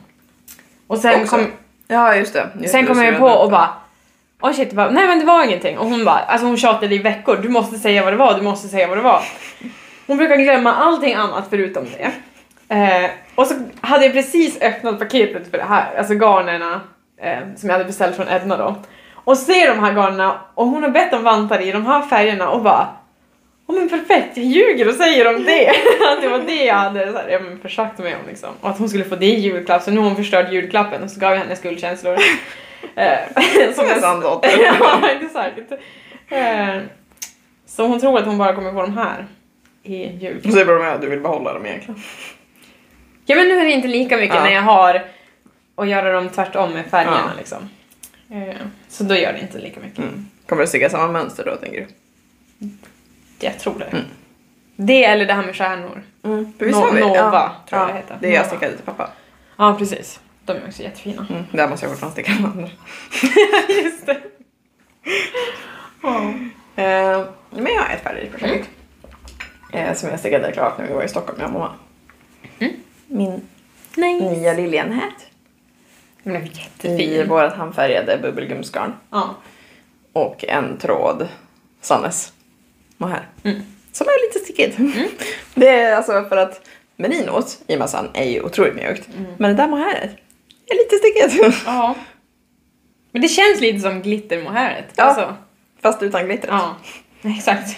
Och sen Också. kom, Ja, just det. Just sen det, kom så jag är på det och inte. bara Åh shit, jag bara, nej men det var ingenting. Och hon bara, alltså hon tjatade i veckor, du måste säga vad det var, du måste säga vad det var. Hon brukar glömma allting annat förutom det. Eh, och så hade jag precis öppnat paketet för det här, alltså garnerna eh, som jag hade beställt från Edna då. Och ser de här garnerna och hon har bett om vantar i de här färgerna och bara Åh men perfekt, jag ljuger och säger om det. att det var det jag hade så här, ja, men försagt mig om liksom. Och att hon skulle få det i julklapp, så nu har hon förstört julklappen och så gav jag henne skuldkänslor. Eh, Som en jag- sanddotter. ja, exakt. Eh, Så hon tror att hon bara kommer få de här i jul. Och så är det med att du vill behålla dem egentligen. Ja men nu är det inte lika mycket Ja. när jag har och göra dem tvärtom med färgerna Ja. liksom. Eh, Så då gör det inte lika mycket. Mm. Kommer det sticka samma mönster då tänker du? Jag tror det. Mm. Det eller det här med stjärnor. Mm. För No- har vi- Nova, ja, tror jag ja, det heter. Det är jag Nova. stickade till pappa. Ja precis. De är också jättefina. Mm. Där måste jag fortfarande sticka den andra. Just det. Ja. Eh, men jag har ett färdigt projekt. Eh, som jag stickade klart när vi var i Stockholm, jag och mamma. Mm. Min Nej. nya liljenhät. Den blev jättefin. I vårt handfärgade bubbelgumsgarn. Ja. Och en tråd Sannes mohair. Mm. Som är lite stickigt. Det är alltså för att merinos i massan är ju otroligt mjukt. Men det där mohairet är lite stickigt. Mm. ja. Men det känns lite som glittermohäret. Ja. Alltså. Fast utan glitter. Ja. Exakt.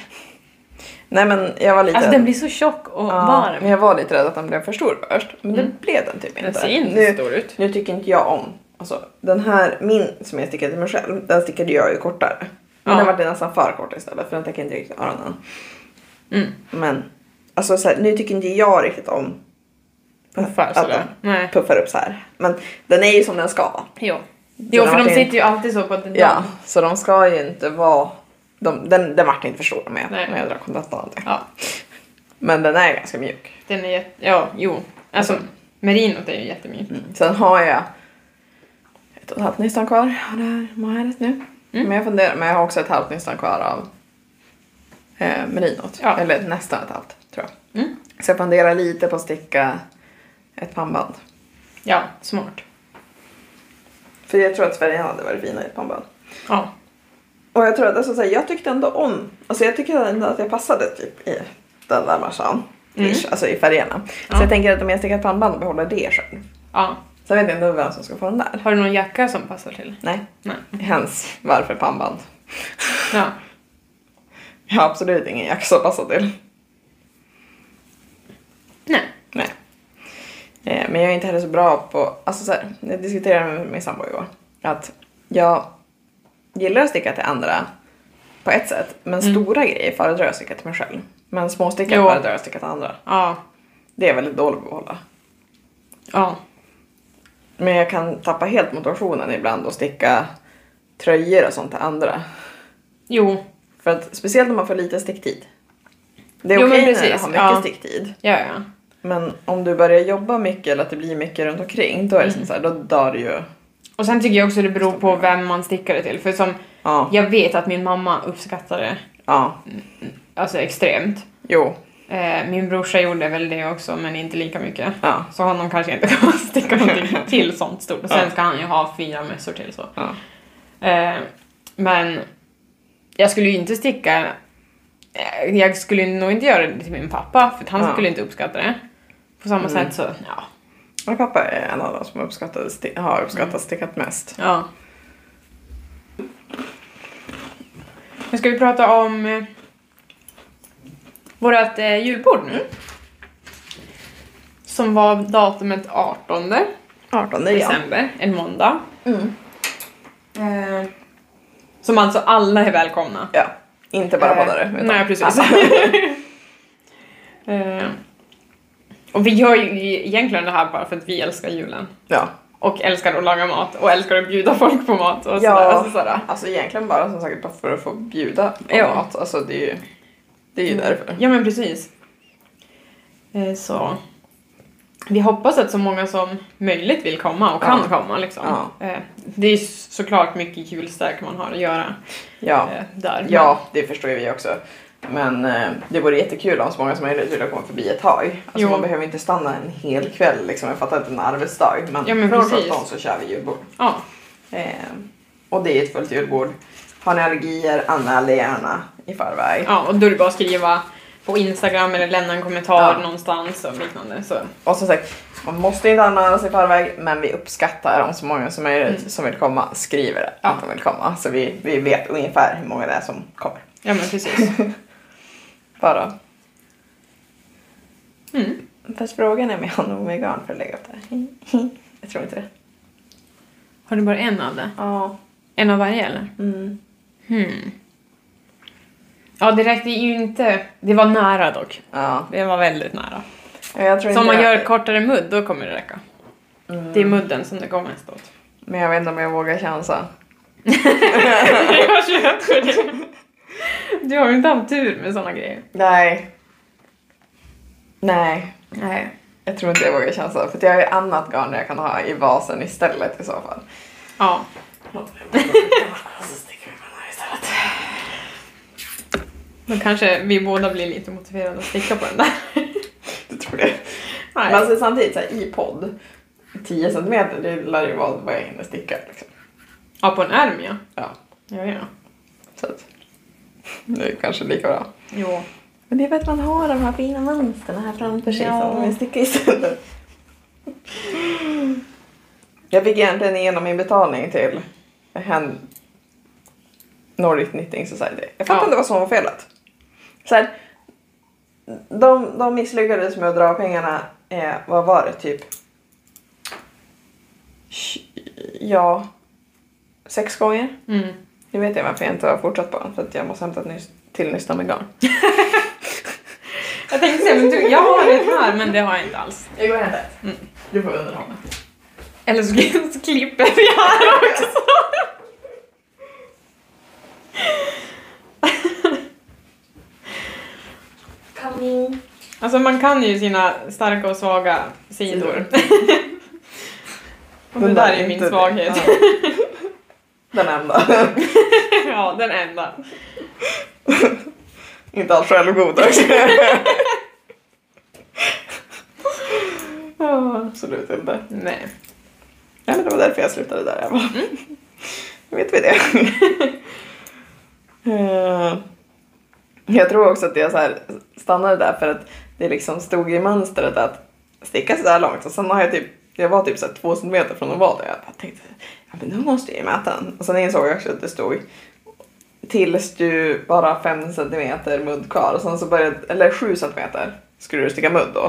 Nej men jag var lite... Alltså den blir så tjock och Ja, varm. Men jag var lite rädd att den blev för stor först. Men Mm. den blev den typ inte. Den ser inte nu, stor ut. Nu tycker inte jag om... Alltså den här, min som jag stickade till mig själv, den stickade jag ju kortare. Men Ja. den var nästan för kort istället för den täcker inte riktigt öronen. Mm. Men alltså så här, nu tycker inte jag riktigt om Puffar att sådär. den Nej. puffar upp så här. Men den är ju som den ska vara. Jo. Jo Den för har de varit in- sitter ju alltid så på att de... Ja, så de ska ju inte vara... De, den, den vart inte för stor om jag, Nej. om jag drar kontentan av det. Ja. Men den är ganska mjuk. Den är jätte... Ja, jo. Alltså, merinot är ju jättemjukt. Sen har jag ett och ett halvt nystan kvar av det här mohairet nu. Mm. Men, jag funderar, men jag har också ett halvt nystan kvar av eh, merinot. Ja. Eller nästan ett halvt tror jag. Mm. Så jag funderar lite på att sticka ett pannband. Ja, smart. För jag tror att färgerna hade varit fina i ett pannband. Ja. Och jag tror att alltså, så här, jag tyckte ändå om, alltså jag tyckte ändå att jag passade typ i den där marsan. Ish, alltså i färgerna. Mm. Ja. Så jag tänker att om jag stickar ett pannband och behåller det själv. ja. Sen vet jag inte vem som ska få den där. Har du någon jacka som passar till? Nej, Nej. hens varför pannband. Ja. Jag har absolut ingen jacka att passa till. Nej. Nej. Eh, Men jag är inte heller så bra på... Alltså så här, jag diskuterade med min sambo igår. Att jag gillar att sticka till andra på ett sätt. Men stora grejer föredrar jag att sticka till mig själv. Men små stickar Mm. Jo. föredrar jag att sticka till andra. Ja. Det är jag väldigt dålig på att hålla. Ja. Men jag kan tappa helt motivationen ibland och sticka tröjor och sånt till andra. Jo. För att speciellt om man får lite sticktid. Det är Jo, men okej när du precis. har mycket Ja. sticktid. Ja, ja. Men om du börjar jobba mycket eller att det blir mycket runt omkring då är det Mm. som så här, då dör du ju. Och sen tycker jag också det beror på vem man stickar det till. För som Ja. jag vet att min mamma uppskattar det Ja, alltså extremt. jo. Eh, min brorsa gjorde väl det också, men inte lika mycket. Ja. Så honom kanske inte kommer att sticka någonting till sånt stort. Och sen Ja. ska han ju ha fyra mössor till så. Ja. Eh, men jag skulle ju inte sticka... eh, Jag skulle nog inte göra det till min pappa, för att han Ja. skulle inte uppskatta det. På samma Mm. sätt så, ja. Min pappa är en av de som uppskattar sti- har Mm. uppskattat stickat mest. ja. Nu ska vi prata om eh, vårt eh, julbord nu. Som var datumet 18 18 det är jag. december, en måndag. Mm. Eh, som alltså alla är välkomna. Ja, inte bara Eh, poddare. Alltså. utan Nej, precis. alla. Eh, och vi gör ju egentligen det här bara för att vi älskar julen. Ja. Och älskar att laga mat och älskar att bjuda folk på mat och sådär. Ja. Alltså, sådär. Alltså egentligen bara som sagt bara för att få bjuda på Ja. mat. Alltså det är ju, det är ju därför. Mm. Ja, men precis. Eh, så. Vi hoppas att så många som möjligt vill komma och kan Ja. komma. Liksom. Ja. Eh, det är ju såklart mycket julstök man har att göra Ja. eh, där. ja, det förstår ju vi också. Men eh, det vore jättekul om så många som möjligt ville komma förbi ett tag. Alltså Jo. man behöver inte stanna en hel kväll liksom. Jag fattar att det är en arbetsdag. Men, Ja, men från precis. 17 så kör vi julbord. Ja. Eh, och det är ett fullt julbord. Har ni allergier, anmäl det gärna i förväg. Ja, och då är det bara att skriva på Instagram eller lämna en kommentar Ja. någonstans och liknande. Så. Och som sagt, man måste inte anmäla sig i förväg, men vi uppskattar om så många som möjligt som vill komma skriver Mm. Ja. att de vill komma. Så vi, vi vet ungefär hur många det är som kommer. Ja, men precis. Bara. Mm. Fast frågan är om jag har nog med garn för att lägga upp det här. Jag tror inte det. Har du bara en av det? Ja. Mm. En av varje eller? Mm. Hmm. Ja, det räckte ju inte. Det var nära dock. Ja. Det var väldigt nära. Ja, Jag tror Så om inte man jag- gör kortare mudd, då kommer det räcka. Det Mm. är mudden som det går mest åt. Men jag vet inte om jag vågar chansa. jag köper det. Du har ju inte haft tur med såna grejer. Nej. Nej. Nej. Jag tror inte jag vågar chansa. För att jag har ju annat garn jag kan ha i vasen istället i så fall. Ja. Då kanske vi båda blir lite motiverade att sticka på den där. Du tror det? Men Nej. alltså samtidigt så här, i podd, 10 centimeter, det lär ju vara vad jag hinner sticka. Liksom. Ja, på en ärm ja. Ja. Ja, ja. Så att, det är kanske lika bra. Jo. Men det är för att man har de här fina mönstren här framför sig Ja. som man vill sticka istället. Jag fick egentligen igenom min betalning till hen Nordic Knitting Society. Jag fattar Ja. inte vad som var felet. Så här, de, de misslyckades med att dra pengarna, eh, vad var det, typ... tj- Ja, sex gånger. Mm. Nu vet jag varför jag inte har fortsatt på den, för att jag måste hämta ett nyss, till nystan med garn. Jag tänkte säga, men du, jag har ett här, men det har jag inte alls. Jag går och hämtar ett. Du får underhålla. Eller så, så klipper vi här också. Alltså man kan ju sina starka och svaga sidor. och det Den där där är är min inte det. svaghet. Den enda. ja, den enda. inte alls självgod också. Åh, Absolut inte. Nej. Ja, men det var därför jag slutade där. Jag bara, Nu vet vi det. Eh, jag tror också att jag så här stannade där för att det liksom stod i mönstret att sticka så där långt och sen har jag typ jag var typ så här två centimeter från att vara där. Jag bara tänkte ja, men nu måste jag ju mäta den. Och sen insåg jag också att det stod tills du bara har fem centimeter mudd kvar. Och sen så började, eller sju centimeter skulle du sticka mudd då.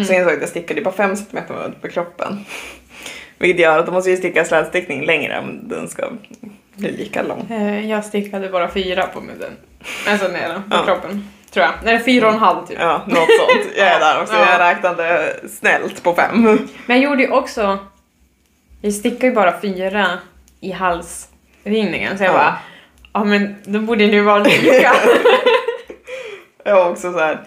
Och sen insåg jag att jag stickade bara fem centimeter mudd på kroppen. Vilket gör att du måste ju sticka slätstickning längre om den ska bli lika lång. Eh, Jag stickade bara fyra på mudden. Alltså nere på Ja. kroppen. Tror jag. Nej, fyra och en halv typ. Ja, något sånt. Jag är där också. Ja. Jag räknade snällt på fem. Men jag gjorde ju också... Jag stickade ju bara fyra i halsringningen så jag Ja. bara... Ja men då borde det ju vara lika. Jag var också så här.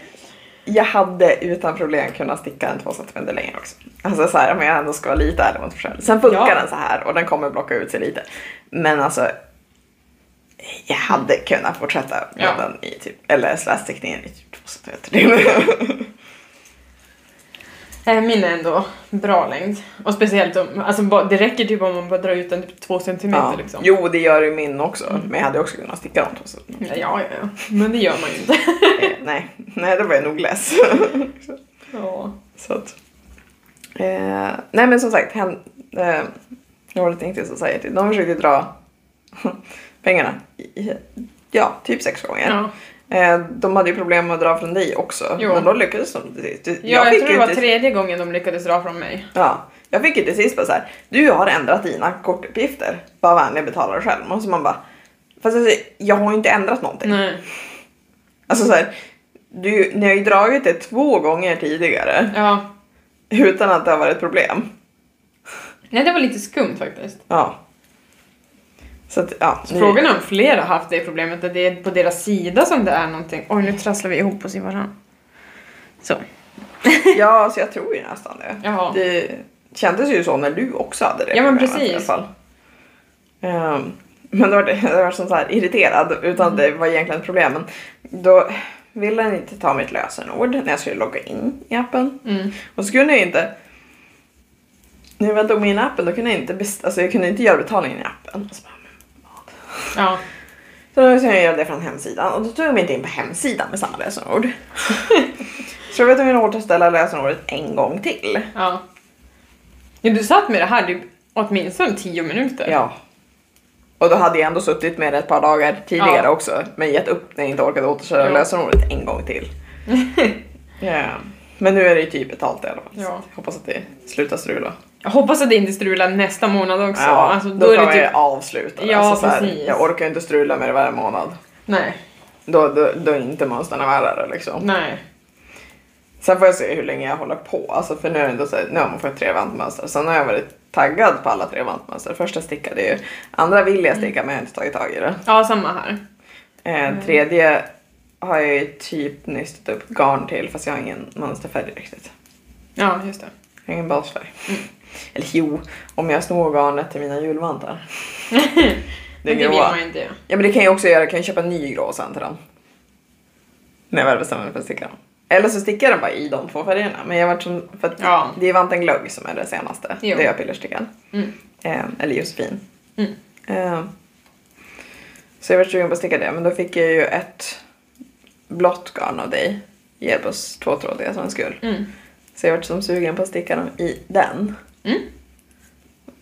Jag hade utan problem kunnat sticka en två centimeter längre också. Alltså så här, om jag ändå ska vara lite ärlig mot mig själv. Sen funkar Ja. den så här och den kommer blocka ut sig lite. Men alltså, jag hade kunnat fortsätta med Ja. den i typ, eller slätstickningen i typ två centimeter. Eh, Min är ändå bra längd. Och speciellt om... Alltså ba- det räcker typ om man bara drar ut den typ två centimeter ja. liksom. Mm. Jo, det gör ju min också. Men jag hade också kunnat sticka dem två centimeter. Ja, ja, ja. Men det gör man ju inte. Eh, Nej, nej, då var jag nog less. Ja. Så att, eh, nej men som sagt, hen, eh, Nordic Knitting Society, de försökte dra pengarna. i- Ja, typ sex gånger. Ja. Eh, de hade ju problem med att dra från dig också. Jo. Men då lyckades de till sist. Du- Ja, jag, fick tror det ju var till- tredje gången de lyckades dra från mig. Ja, jag fick ju till sist bara så här, du har ändrat dina kortuppgifter. Var vänlig betala själv. Och så man bara, fast alltså, jag har ju inte ändrat någonting. Nej. Alltså så här, du, ni har ju dragit det två gånger tidigare Ja. utan att det har varit problem. Nej, det var lite skumt faktiskt. Ja. Så att, ja. Så Frågan är om fler har haft det problemet, att det är på deras sida som det är någonting. Oj, nu trasslar vi ihop oss i varandra. Så. Ja, så jag tror ju nästan det. Jaha. Det kändes ju så när du också hade det Ja, men problemet precis. i alla fall. Ehm, men då var det, jag var som så här irriterad utan Mm. att det var egentligen ett problem. Men då ville den inte ta mitt lösenord när jag skulle logga in i appen. Mm. Och så kunde jag inte... När jag väl tog mig in i appen då kunde jag inte, best- alltså, jag kunde inte göra betalningen i appen. Och så bara, Ja. Så då ska jag göra det från hemsidan och då tog de inte in på hemsidan med samma lösenord. så jag vet inte hur jag återställa lösenordet en gång till. Ja. ja du satt med det här typ åtminstone tio minuter. Ja. Och då hade jag ändå suttit med det ett par dagar tidigare Ja. också men gett upp när jag inte orkade återställa Jo. lösenordet en gång till. Ja. Men nu är det ju typ betalt i alla fall. Ja. Så jag hoppas att det slutar strula. Jag hoppas att det inte strular nästa månad också. alltså, då, då är kan det typ... jag avsluta det. Ja, så här, precis. jag orkar ju inte strula med det varje månad. Nej. Då, då, då är inte monstren värre liksom. Nej. Sen får jag se hur länge jag håller på. Alltså, för nu är det ändå så här, nu har man fått tre vantmönster. Sen har jag varit taggad på alla tre vantmönster. Första stickade jag ju. Andra vill jag sticka men jag har inte tagit tag i det. Ja, samma här. Mm. Eh, tredje har jag ju typ nystat upp garn till fast jag har ingen mönsterfärg riktigt. Ja, just det. Jag har ingen basfärg. Mm. Eller jo, om jag snor garnet till mina julvantar. Det Men är det vill gråa. man ju inte göra. Ja men det kan jag också göra, jag kan ju köpa en ny grå sen till den. När jag väl bestämmer mig för att sticka den. Eller så stickar jag den bara i de två färgerna. Men jag vart som, för att Ja. det är Vanten Glögg som är det senaste. Jo. Det är jag pillerstickar. Mm. Eh, eller Josefin. Mm. Eh, så jag vart sugen på att sticka det. Men då fick jag ju ett blått garn av dig. Jebos tvåtrådiga som skull. Mm. Så jag vart som sugen på att sticka dem i den. Mm.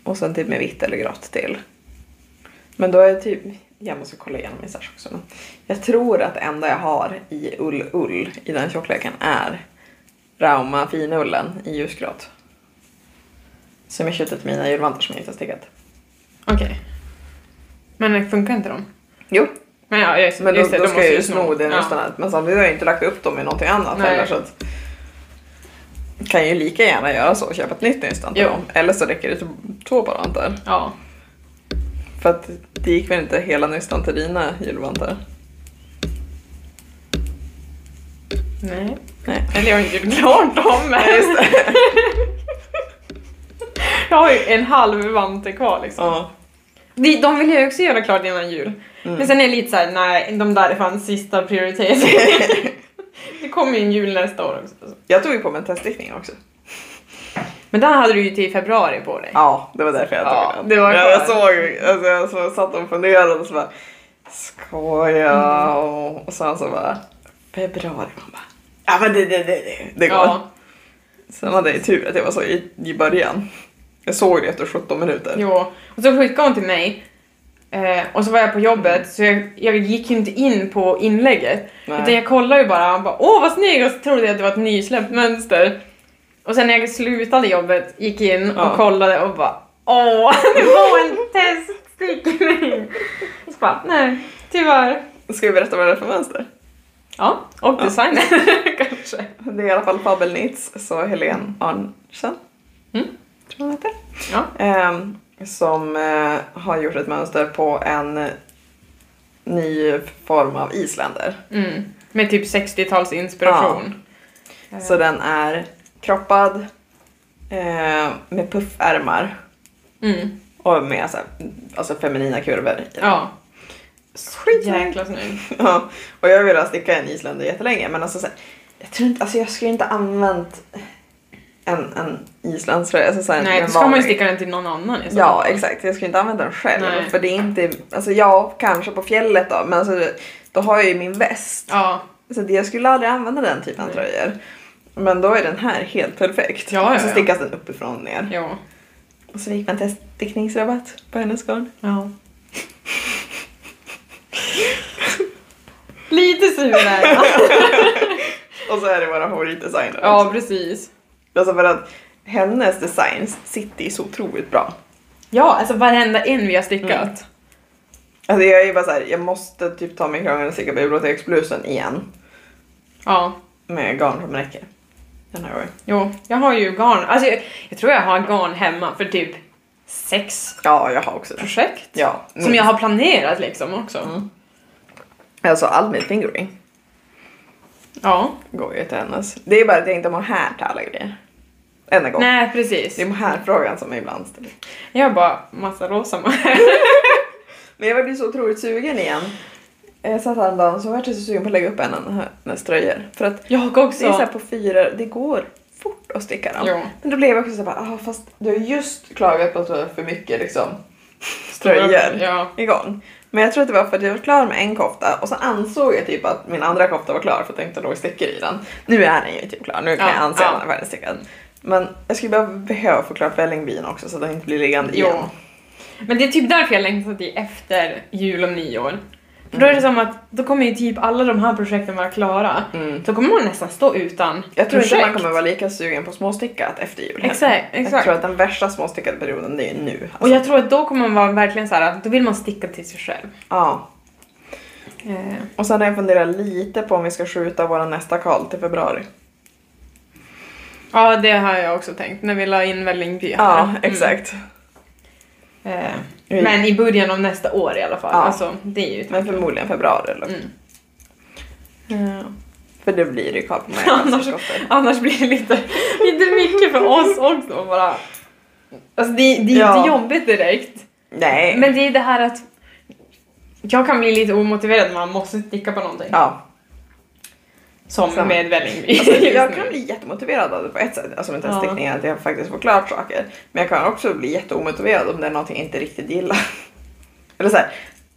Och sen typ med vitt eller grått till. Men då är jag typ, jag måste kolla igenom min sash också. Men jag tror att det enda jag har i ull-ull i den tjockleken är Rauma finullen i ljusgrått. Som jag köpte till mina julvantar som jag inte har stickat. Okej. Men det funkar inte de? Jo, Men ja, just, men då, just det, då de ska måste jag ju sno den Ja. utan att, men samtidigt har jag inte lagt upp dem i någonting annat Nej. heller så att kan ju lika gärna göra så och köpa ett nytt nystan till Jo. dem. Eller så räcker det till två bara antar Ja. För att det gick väl inte hela nystan till dina julvantar? Nej. Nej. Eller jag har inte gjort klart dem men just det. Jag har ju en halv vante kvar liksom. Ja. De, de vill jag också göra klart innan jul. Mm. Men sen är det lite såhär, nej, de där är fan sista prioritet. det kommer ju en jul nästa år också. alltså. Jag tog ju på mig en teststickning också. Men den hade du ju till februari på dig. Ja, det var därför jag tog Ja, den. det var jag, jag skönt. såg, alltså jag så satt och funderade och så bara skoja och, och sen så bara februari. Man bara, ja men det, det, det, det, det går. Ja, Sen hade jag ju tur att jag var så i, i början. Jag såg det efter 17 minuter. jo. Och så skickade hon till mig. Eh, och så var jag på jobbet så jag, jag gick ju inte in på inlägget. Nej. Utan jag kollade ju bara och bara åh vad snygg och så trodde jag att det var ett nysläppt mönster. Och sen när jag slutade jobbet gick in Ja. och kollade och bara åh det var en teststickning. Så bara nej tyvärr. Ska vi berätta vad det är för mönster? Ja, och designer kanske. Det är i alla fall Fabelnitz, så Helene Arntzen, Mm. tror jag hon heter. Ja. Ehm, som eh, har gjort ett mönster på en ny form av isländer. Mm. Med typ Eh, 60-tals inspiration. Så den är kroppad eh, med puffärmar Mm. och med så här, alltså feminina kurvor. i den. Ja. Skitsnygg. Jäkla snygg. Ja, och jag har velat sticka en isländer jättelänge men alltså, så här, jag tror inte, alltså jag skulle inte använt en, en isländsk alltså, så här, Nej, en då ska man ju vanlig- sticka den till någon annan i så Ja, fall. exakt. Jag skulle inte använda den själv. Nej. För det är inte, alltså ja, kanske på fjället då, men alltså, då har jag ju min väst. Ja, Så det, jag skulle aldrig använda den typen Nej. av tröjor. Men då är den här helt perfekt. Ja, ja, och så ja. stickas den uppifrån och ner. ja. Och så fick man teststickningsrabatt på hennes garn. ja. Lite sur är jag. Och så är det våra favoritdesigner Ja, också. precis. Alltså för att hennes designs sitter ju så otroligt bra. Ja, alltså varenda en vi har stickat. Alltså jag är ju bara såhär, jag måste typ ta min krångel och sticka biblioteksblusen igen. Ja, Med garn som räcker. Den här gången. jo. Jag har ju garn. Alltså, jag, jag tror jag har garn hemma för typ sex Ja, jag har också det. projekt. Ja, Mm. Som jag har planerat liksom också. Alltså all min fingering Ja. går ju till hennes. Det är bara att jag inte har här till alla grejer. Än en gång. Nej, precis. Det är här-frågan som jag ibland ställer. Jag har bara massa rosa mohair. Men jag blev så otroligt sugen igen. Jag satt häromdagen så vart jag så sugen på att lägga upp en av hennes tröjor. För att Jag också. det är så här på fyra, det går fort att sticka dem. Ja. Men då blev jag också så här, bara, ah, fast du har just klagat på att du har för mycket liksom Stora- tröjor Ja. igång. Men jag tror att det var för att jag var klar med en kofta och så ansåg jag typ att min andra kofta var klar för att jag inte låg stickor i den. Nu är den ju typ klar, nu kan Ja, jag anse ja. att den är färdigstickad. Men jag skulle bara behöva få klart vällingbyn också så att den inte blir liggande igen. Ja. Men det är typ därför jag längtar till efter jul och nyår. För då är det som att då kommer ju typ alla de här projekten vara klara. Mm. Då kommer man nästan stå utan Jag tror projekt. inte man kommer vara lika sugen på småstickat efter jul. heller. Exakt, Jag exakt. tror att den värsta småstickade perioden det är nu. Alltså, Och jag tror att då kommer man vara verkligen så här att då vill man sticka till sig själv. Ja. Eh, Och sen har jag funderat lite på om vi ska skjuta vår nästa call till februari. ja, det har jag också tänkt när vi la in Vällingby. här. Ja, Mm. exakt. Eh, Mm. men i början av nästa år i alla fall. Ja. Alltså, det är ju Men förmodligen februari eller mm. Eh, För det blir ju kallt på mig. Annars- Annars blir det lite, lite mycket för oss också. Bara. Alltså det, det är Ja. inte jobbigt direkt. Nej. Men det är det här att jag kan bli lite omotiverad när man måste sticka på någonting. Ja. Som Samma. med Vällingby. Alltså, just jag nu. kan bli jättemotiverad av det på ett sätt, alltså med Ja. teststickningen, att jag faktiskt får klart saker. Men jag kan också bli jätteomotiverad om det är någonting jag inte riktigt gillar. Eller så här,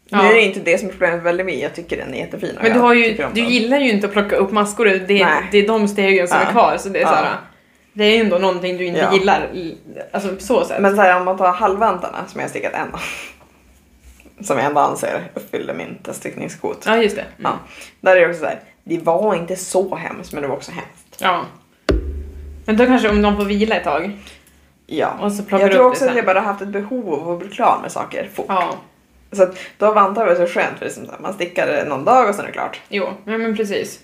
Ja. nu är det inte det som är problemet med Vellemin, jag tycker den är jättefin och Men du, jag har ju, tycker om du den. gillar ju inte att plocka upp maskor. Det Nej. är, det är de stegen som Ja. är kvar. Så det är Ja. såhär, det är ju ändå någonting du inte Ja. gillar. i- Alltså på så sätt. Men så här, om man tar halvvantarna som jag har stickat en av, som jag ändå anser uppfyllde min teststickningskvot. ja, just det. Mm. Ja. Där är det också så här, det var inte så hemskt men det var också hemskt. Ja. Men då kanske om de får vila ett tag. Ja. Och så plockar jag du tror upp också det att sen. jag bara haft ett behov av att bli klar med saker fort. Ja, Så att då har vantar varit så skönt för det är som så här, man stickar det någon dag och sen är det klart. jo. Ja, men precis.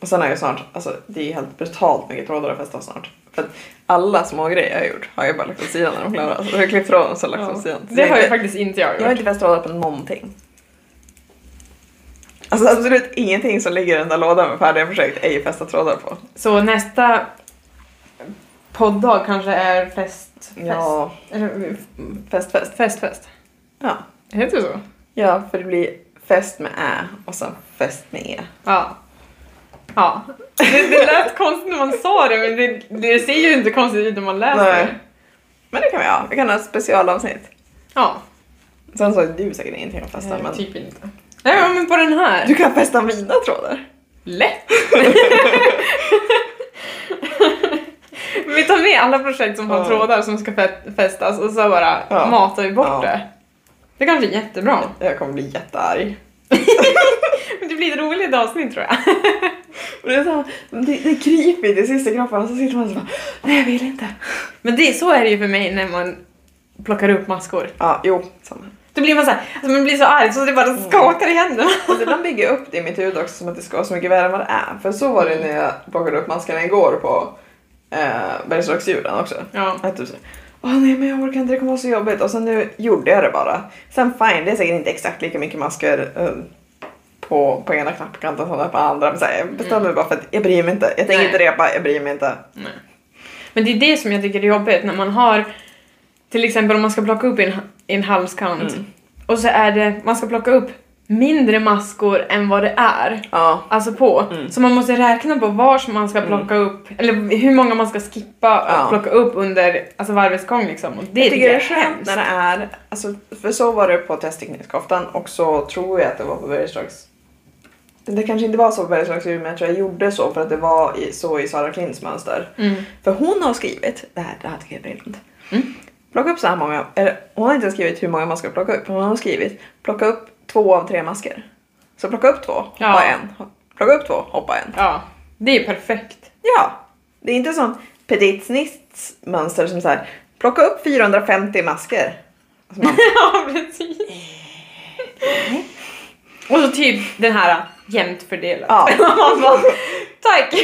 Och sen har jag snart, alltså det är ju helt brutalt mycket trådar att fästa snart. För att alla små grejer jag har gjort har jag bara lagt åt sidan när de klarar. Alltså, jag har klippt från och så lagt Ja. åt sidan. Så Det har inte, ju faktiskt inte jag jag har gjort. inte fäst trådar på någonting. Alltså absolut ingenting som ligger i den där lådan med färdiga projekt är ju fästa trådar på. Så nästa podddag kanske är fest... fest. Ja, Eller, fest fest. Fest, fest. Ja. Heter det så? ja, för det blir fest med ä och sen fest med e. Ja. Ja. Det, det lät konstigt när man sa det, men det, det ser ju inte konstigt ut när man läser Nej. det. Men det kan vi ha, vi kan ha ett specialavsnitt. Ja, Sen sa du säkert ingenting om festen eh, men typ inte. Nej, ja, men på den här. du kan fästa mina trådar. Lätt! vi tar med alla projekt som har Ja. trådar som ska fä- fästas och så bara Ja. matar vi bort Ja. det. Det kanske är jättebra. Jag kommer bli jättearg. Men det blir ett roligt avsnitt tror jag. Och det, är så, det, det är creepy, det är sista kropparna så sitter man så bara Nej jag vill inte. Men det, så är det ju för mig när man plockar upp maskor. Ja, jo. Samma. Då blir man så här, alltså man blir så arg så det bara Mm. skakar i händerna. Alltså, ibland bygger jag upp det i mitt huvud också som att det ska vara så mycket värre än vad det är. För så var det när jag plockade upp maskarna igår på eh, Bergslagsdjuren också. Ja. Att typ så här, Åh nej men jag orkar inte, det kommer vara så jobbigt. Och sen nu gjorde jag det bara. Sen fine, det är säkert inte exakt lika mycket masker eh, på, på ena knappkanten som det är på andra. Men så här, jag bestämde mig bara för att jag bryr mig inte. Jag tänker Mm. Nej. inte repa, jag bryr mig inte. Men det är det som jag tycker är jobbigt när man har till exempel om man ska plocka upp i en, i en halskant Mm. och så är det, man ska plocka upp mindre maskor än vad det är. Ja. Alltså på. Mm. Så man måste räkna på vars man ska plocka upp, eller hur många man ska skippa och Ja. plocka upp under alltså varvets gång liksom. Och det Jag tycker det är hemskt. skönt när det är, alltså, för så var det på testteknikkoftan och så tror jag att det var på Bergslags... Det kanske inte var så på Bergslags men jag tror jag gjorde så för att det var i, så i Sara Klints mönster. Mm. För hon har skrivit, det här, det här tycker jag är briljant. Mm. Plocka upp så här många, eller hon har inte skrivit hur många man ska plocka upp, men hon har skrivit plocka upp två av tre masker. Så plocka upp två, hoppa Ja. en. Plocka upp två, hoppa en. Ja, det är perfekt. Ja, det är inte sånt petit snitts mönster som så här plocka upp 450 masker. Alltså man, ja, precis. och så typ den här jämnt fördelat. Ja. Man bara, Tack!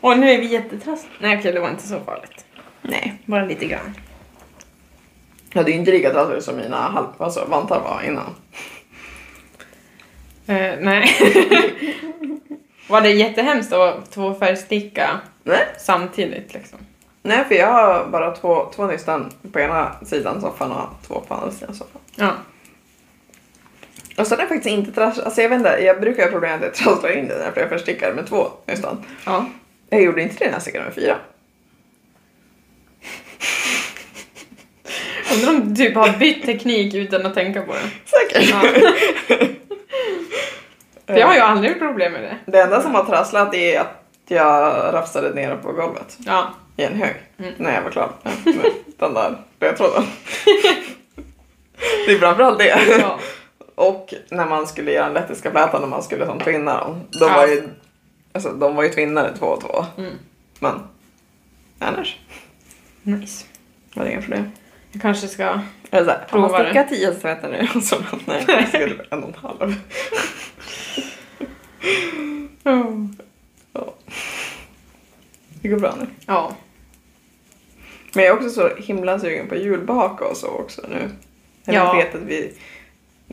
Och nu är vi jättetrassliga. Nej okej, det var inte så farligt. nej. Bara lite grann. Ja, det är ju inte lika trassligt som mina halv, alltså, vantar var innan. Eh, nej. var det jättehemskt att tvåfärgsticka Nej, samtidigt liksom? nej för jag har bara två, två nystan på ena sidan soffan och två på andra sidan soffan. Ja. Och sen är det faktiskt inte trassligt, alltså jag vet inte, jag brukar ha problem att jag trasslar in det när jag förstickar med två nystan. ja. Jag gjorde inte det när jag stickade med fyra. Undrar om du typ har bytt teknik utan att tänka på det. Säkert. Ja. För jag har ju aldrig problem med det. Det enda som har trasslat är att jag rafsade ner på golvet. Ja. i en hög Mm. när jag var klar med med den där rödtråden. det är framförallt det. ja. Och när man skulle göra den lettiska flätan när man skulle som tvinna dem. De, Ja. var ju, alltså, de var ju tvinnade två och två. Mm. Men annars Nice. var det inga problem. Jag kanske ska... Eller såhär, har Prova man det. stickat 10 centimeter nu? Och så bara, nej, jag stickade bara en och en halv. Mm. Ja. Det går bra nu. Ja. Men jag är också så himla sugen på julbaka och så också nu. När Ja. jag vet att vi...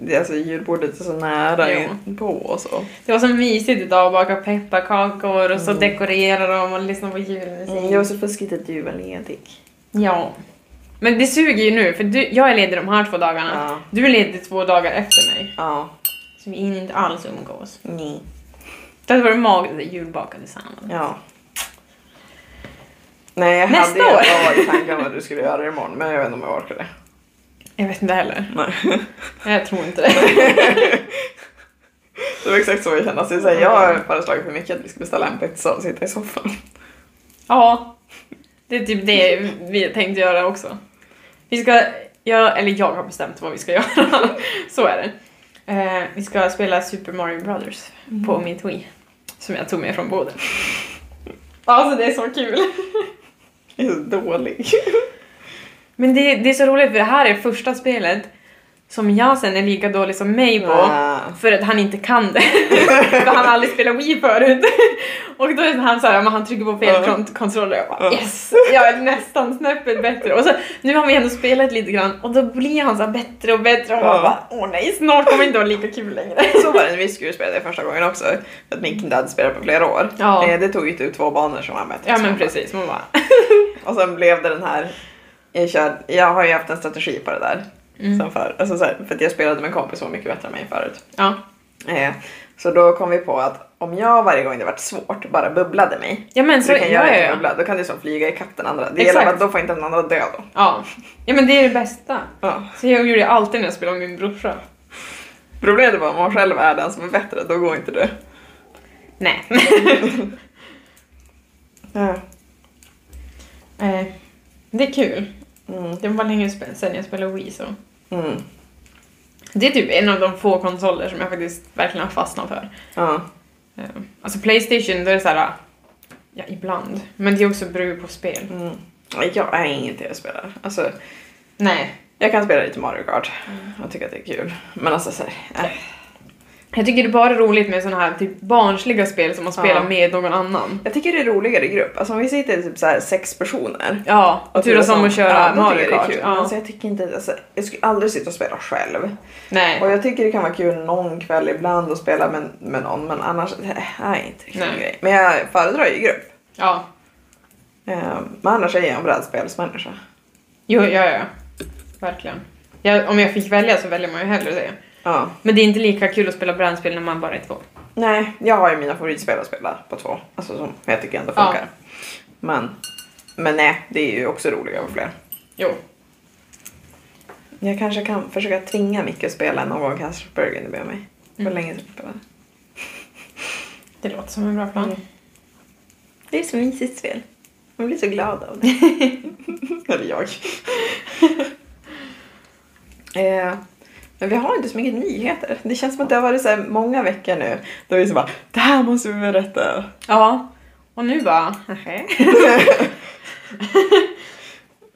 Det, alltså julbordet är så nära Jo. på och så. Det var så mysigt idag att baka pepparkakor och så dekorera dem och lyssna på julmusik. Mm. Jag var så fuskigt att du var ledig. Ja. Men det suger ju nu, för du, jag är ledig de här två dagarna. Ja. Du är ledig två dagar efter mig. Ja. Så vi hinner inte alls umgås. Nej. Det hade varit magiskt att julbaka tillsammans. Ja. Nej, jag Nästa hade år. jag var i tanken om att du skulle göra det imorgon, men jag vet inte om jag orkar det. Jag vet inte heller. Nej. Jag tror inte det. Det var exakt så jag kände. Alltså, jag säger, jag har bara slagit för mycket att vi ska beställa en pizza och sitta i soffan. ja. Det är typ det vi tänkte göra också. Vi ska... Jag, eller jag har bestämt vad vi ska göra. så är det. Eh, vi ska spela Super Mario Brothers på min Wii. Som jag tog med från båden. Alltså det är så kul. Jag är så dålig. Men det, det är så roligt för det här är första spelet som Yasin är lika dålig som mig på. Ja. För att han inte kan det. för han har aldrig spelat Wii förut. och då är han såhär, men han trycker på fel Ja. kont- kontroller och jag bara Ja. yes! Jag är nästan snäppet bättre. Och så, nu har vi ändå spelat lite grann och då blir han så här bättre och bättre och man Ja. bara åh nej, snart kommer vi inte ha lika kul längre. Så var det när vi skulle spela det första gången också. För att Mink inte hade spelat på flera år. Ja. Eh, Det tog ju typ två banor som han mötte. ja men precis, man bara Och sen blev det den här... Jag, kör, jag har ju haft en strategi på det där. mm. Sen för, alltså så här, för att jag spelade med en kompis som var mycket bättre än mig förut. ja. Eh, så då kom vi på att om jag varje gång det varit svårt bara bubblade mig. Ja men så, du kan göra ja, ja, det till ja. bubbla, då kan du som flyga ikapp den andra. Det gäller Exakt. bara att då får inte den andra dö då. ja. Ja men det är det bästa. Ja. Så jag gjorde jag alltid när jag spelade med min brorsa. Problemet var om man själv är den som är bättre, då går inte det. Nej. Eh, det är kul. Mm. Det var länge spe- sedan jag spelade Wii så. Mm. Det är typ en av de få konsoler som jag faktiskt verkligen har fastnat för. Ja. Eh, Alltså Playstation, då är det såhär... Ja, ibland. Men det är också beroende på spel. Mm. Jag är ingen tv-spelare. Alltså, Nej. jag kan spela lite Mario Kart Mm. och tycka att det är kul. Men alltså så här, äh. Jag tycker det är bara roligt med såna här typ barnsliga spel som man Ja. spelar med någon annan. Jag tycker det är roligare i grupp. Alltså om vi sitter typ så här sex personer. Ja, och turas om att köra ja, då tycker Mario jag det är Kart. kul. Alltså, Ja. jag, tycker inte, alltså, jag skulle aldrig sitta och spela själv. Nej. Och jag tycker det kan vara kul någon kväll ibland att spela med, med någon men annars äh, är inte riktigt Nej. min grej. Men jag föredrar ju grupp. Ja. Eh, Men annars är jag en brädspelsmänniska. Jo, ja, ja. Verkligen. Jag, om jag fick välja så väljer man ju hellre det. Ja. Men det är inte lika kul att spela brädspel när man bara är två. Nej, jag har ju mina favoritspel att spela på två. Alltså som jag tycker ändå Ja. funkar. Men, men nej, det är ju också roligare med fler. Jo. Jag kanske kan försöka tvinga Micke att spela någon gång Cancer Burger nu med mig. Det Mm. var länge sedan jag spelade. Det låter som en bra plan. Det är så mysigt spel. Man blir så glad av det. Eller jag. eh, men vi har inte så mycket nyheter. Det känns som att det har varit så här många veckor nu. Då är vi så bara, det här måste vi berätta. Ja. Och nu bara, nähä.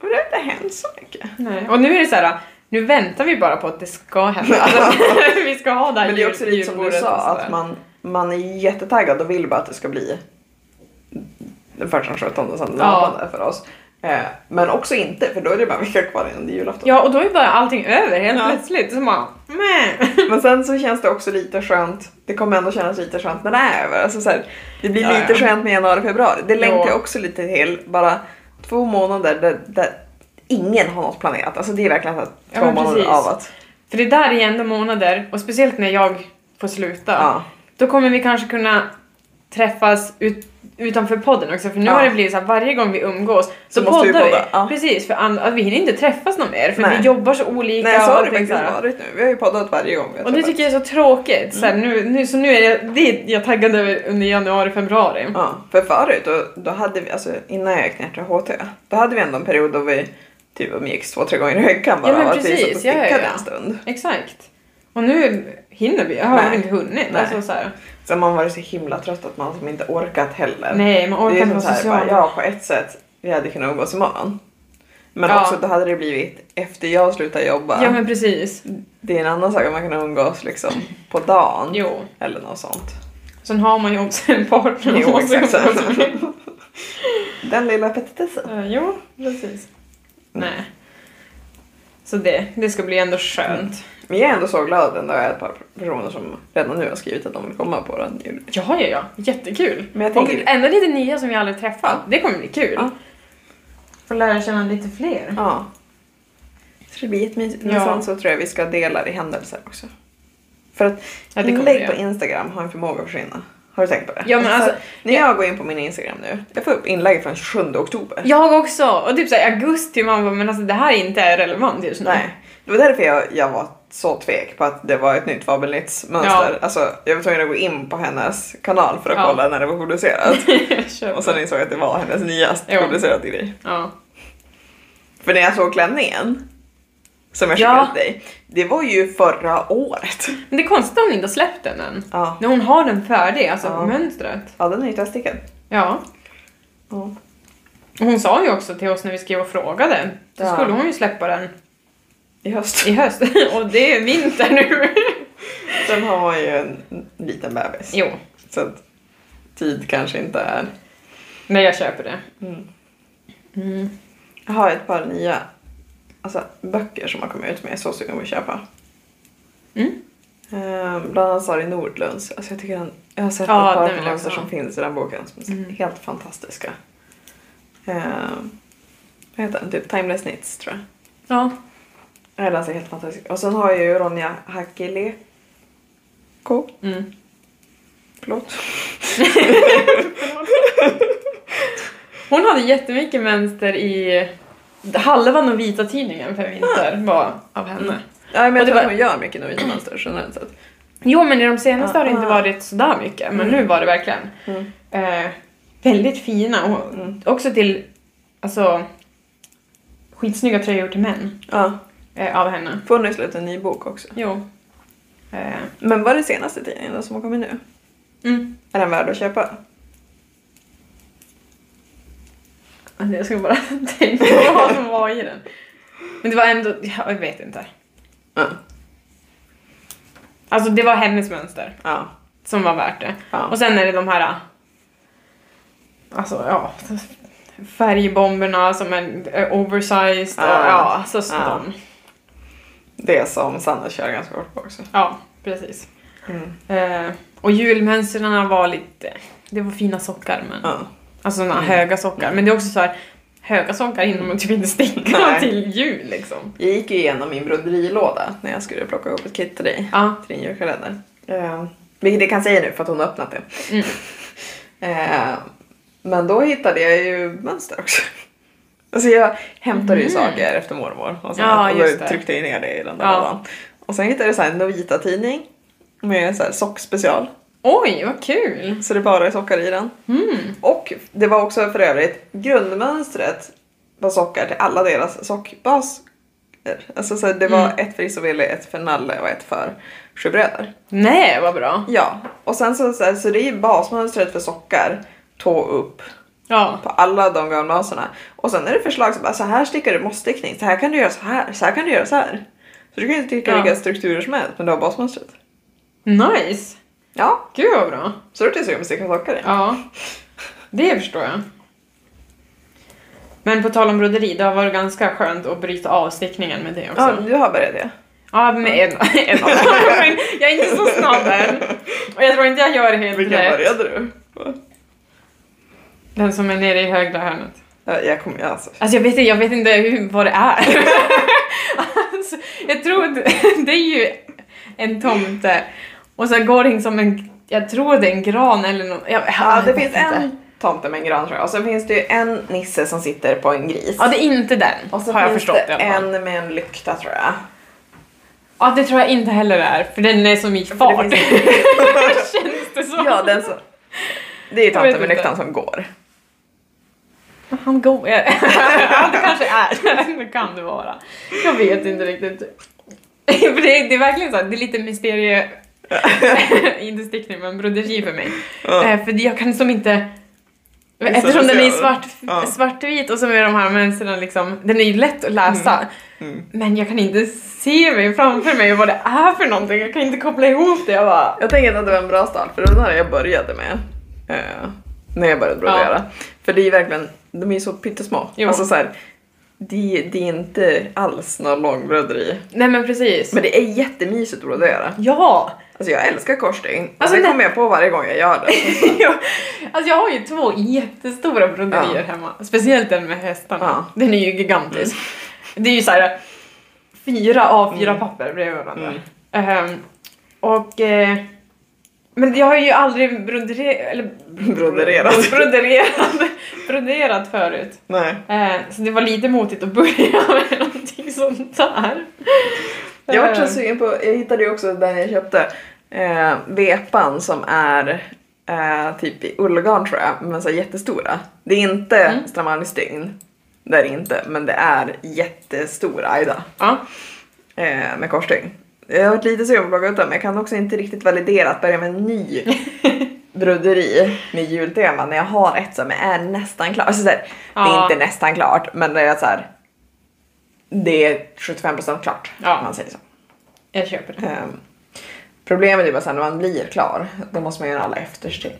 Men det har inte hänt så mycket. Nej. Och nu är det så här, nu väntar vi bara på att det ska hända. Alltså, vi ska ha det här Men det är också jul- lite som du julbordet sa, och sådär. att man, man är jättetaggad och vill bara att det ska bli den första, sjuttonde och sen den Ja. artonde för oss. Eh, Men också inte, för då är det bara en vecka kvar innan det är julafton. Ja, och då är bara allting över helt Ja. plötsligt. Så man, meh. Men sen så känns det också lite skönt, det kommer ändå kännas lite skönt när det är över. Alltså så här, det blir Ja, lite ja. skönt med januari februari. Det längtar Ja. jag också lite till. Bara två månader där, där ingen har något planerat. Alltså det är verkligen så här, Ja, två men månader precis. av att... För det där är ju ändå månader, och speciellt när jag får sluta. Ja. Då kommer vi kanske kunna träffas ut, utanför podden också, för nu Ja. har det blivit så här, varje gång vi umgås så, Så måste vi poddar vi. podda, ja. Precis, för an- att vi hinner inte träffas någon mer, för Nej. vi jobbar så olika. Nej så och har det allting faktiskt så här. varit nu. Vi har ju poddat varje gång vi har Och det träffats. tycker jag är så tråkigt. Så, här, Mm. nu, nu, så nu är jag, det är jag taggad över under januari, februari. Ja, för förut då, då hade vi, alltså innan jag gick ner till HT, då hade vi ändå en period då vi typ umgicks två, tre gånger i veckan bara. Ja, men av att vi satt och typ precis. Ja, ja, stickade ja. en stund. Exakt. Och nu hinner vi, jag har Nej. inte hunnit. Nej. Alltså, så här, Sen har man varit så himla trött att man som inte orkat heller. nej, man det orkar är inte som vara så här, social. bara, ja på ett sätt, vi hade kunnat umgås imorgon. Men Ja. också då hade det blivit efter jag slutar jobba. Ja men precis. Det är en annan sak om man kan umgås liksom på dagen. Jo. Eller något sånt. Sen har man ju också en partner. Jo, man måste exakt. umgås med. Den lilla petitessen. Eh, jo, precis. Mm. Nej. Så det, det ska bli ändå Mm. skönt. Men jag är ändå så glad att det är ett par personer som redan nu har skrivit att de vill komma på den julen. Ja, ja, ja. Jättekul. Men jag Och tänker- ändå lite nya som vi aldrig träffat. Ja. Det kommer bli kul. Ja. Få lära känna lite fler. Ja. Så det blir jättemysigt. Men Ja. sen så tror jag vi ska dela det i händelser också. För att Ja, det kommer inlägg vi på göra. Instagram har en förmåga att försvinna. Har du tänkt på det? Ja, men Så alltså- när jag går in på min Instagram nu, jag får upp inlägg från 27 oktober. Jag också! Och typ såhär i augusti, man bara men alltså det här är inte relevant just nu. Nej. Det var därför jag, jag var så tvek på att det var ett nytt Fabelnitz-mönster. Ja. Alltså, jag var tvungen att gå in på hennes kanal för att Ja. kolla när det var producerat. Jag köper. Och sen insåg jag att det var hennes nyast Jo. producerade grej. Ja. För när jag såg klänningen som jag Ja. skickade till dig, det var ju förra året. Men det är konstigt att hon inte har släppt den än. Ja, När hon har den färdig, alltså Ja. mönstret. ja den är ju teststickad. Ja. Ja. Och hon sa ju också till oss när vi skrev och frågade, så Ja. skulle hon ju släppa den I höst. i höst. och det är vinter nu. Sen har man ju en liten bebis. jo, Så att tid kanske inte är... men jag köper det. Mm. Mm. Jag har ett par nya alltså, böcker som har kommit ut med, så sugen på att köpa. Mm. Ehm, bland annat Sari Nordlunds. Alltså jag, tycker den, jag har sett Ja, ett den par vill jag mönster också ha. som finns i den boken som är Mm. helt fantastiska. Ehm, vad heter den? Typ Timeless Knits tror jag. Ja. Ja, Den ser helt fantastisk Och sen har jag ju Ronja Hakkileko. Mm. Förlåt. Hon hade jättemycket mönster i halva och vita tidningen för Ah. vinter var av henne. Mm. Ja, men Och jag det tror att var- hon gör mycket novita mönster generellt sett. Jo, men i de senaste har det inte Ah. varit sådär mycket, men nu var det verkligen. Mm. Eh, väldigt fina och Mm. också till alltså, skitsnygga tröjor till män Ja. eh, av henne. Får nu släppt en ny bok också. Jo. Eh, Men vad är det senaste tidningen som har kommit nu? mm. Är den värd att köpa? Alltså, Jag ska bara tänka på vad som var i den. Men det var ändå, ja, jag vet inte. Ja. Alltså det var hennes mönster Ja. som var värt det. Ja. Och sen är det de här ah, alltså ja, färgbomberna som är eh, oversized och Ah. ja, alltså Ah. sådant. Det som Sanna kör ganska hårt på också. Ja, precis. Eh, och julmönstren var lite... Det var fina sockar, men... Ja. Alltså såna Mm. höga sockar. Men det är också så här... Höga sockar hinner man typ inte sticka Nej. till jul liksom. Jag gick ju igenom min broderilåda när jag skulle plocka ihop ett kit till dig. Ja. Till din julkalender. Eh, vilket jag kan säga nu för att hon har öppnat det. Mm. Eh, men då hittade jag ju mönster också. Alltså jag hämtade ju Mhm. saker efter mormor och, sånt, Ja, och då just det. tryckte jag ner det i den där Ja. lådan. Och sen hittade jag så här en Novita-tidning med så här sockspecial. Oj, vad kul! Så det bara är sockar i den. Mm. Och det var också för övrigt grundmönstret var sockar till alla deras sockbaser. Alltså så det var Mm. ett för Isobeli, ett för Nalle och ett för Sjöbröder. Nej, vad bra! Ja, och sen så, så, här, så det är ju basmönstret för sockar tå upp Ja. på alla de garnbaserna. Och sen är det förslag som bara så här stickar du måste-stickning, så här kan du göra så här, så här kan du göra så här. Så du kan ju sticka Ja. vilka strukturer som helst men du har basmönstret. Nice! Ja, Gud vad bra! så du är sugen på att sticka sockar i. Ja. Det förstår jag. Men på tal om broderi, det har varit ganska skönt att bryta av stickningen med det också. Ja, du har börjat det. Ja, med en, en av dem. Jag är inte så snabb än. Och jag tror inte jag gör helt Vilken rätt. började du på? Den som är nere i högra hörnet. Ja, jag kommer ju alltså. Alltså jag vet, inte- jag vet inte hur, vad det är. alltså, jag tror att det är ju en tomte och så går det som en, jag tror det är en gran eller något. Jag, Ja, jag det vet finns inte. en tomte med en gran tröja och sen finns det ju en nisse som sitter på en gris. Ja, det är inte den. och så har jag finns förstått det i alla fall. en med en lykta tror jag. Ja, det tror jag inte heller det är, för den är som i fart. finns- Känns det som. Ja, den så. Det är Jag ju vet tomten med inte. lyktan som går. Han går. ja, det kanske är. Det kan det vara. Jag vet inte riktigt. För det, är, det är verkligen så här, det är lite mysterie... inte stickning, men broderi för mig. Ja. Eh, för jag kan som inte Eftersom den är svart, Ja. svartvit och så är de här mönstren liksom, den är ju lätt att läsa. Mm. Men jag kan inte se mig framför mig och vad det är för någonting. Jag kan inte koppla ihop det. Jag bara... Jag tänker att det var en bra start, för det var det jag började med. eh, när jag började brodera. Ja. För det är ju verkligen, de är ju så pyttesmå. Jo. Alltså så här, det, det är inte alls någon lång broderi. Nej men precis. Men det är jättemysigt att brodera. Ja! Alltså jag älskar korsstygn. Alltså, Alltså, det det- kommer jag på varje gång jag gör det. Jag- alltså jag har ju två jättestora broderier Ja. hemma. Speciellt den med hästarna. Ja. Mm. Den är ju gigantisk. Det är ju såhär fyra A4-papper bredvid varandra. Mm. Ehm, och... eh, men jag har ju aldrig brodererat... Eller Brodererat. brodererat, broderat förut. Nej. Eh, så det var lite motigt att börja med någonting sånt där. Jag var så Ehm, sugen på, jag hittade ju också den jag köpte, eh, vepan som är eh, typ i ullgarn tror jag, men så här jättestora. Det är inte Mm. Stramani-stygn, det är det inte, men det är jättestora Aida Ja. eh, med korsstygn. Jag har varit lite sugen på att plocka ut dem, men jag kan också inte riktigt validera att börja med en ny broderi med jultema när jag har ett som är nästan klart. Alltså så här, Det Ja. är inte nästan klart, men det är så här. Det är 75% klart, Ja. om man säger så. Jag köper det. Ehm, problemet är bara sen när man blir klar, då måste man göra alla eftersteg.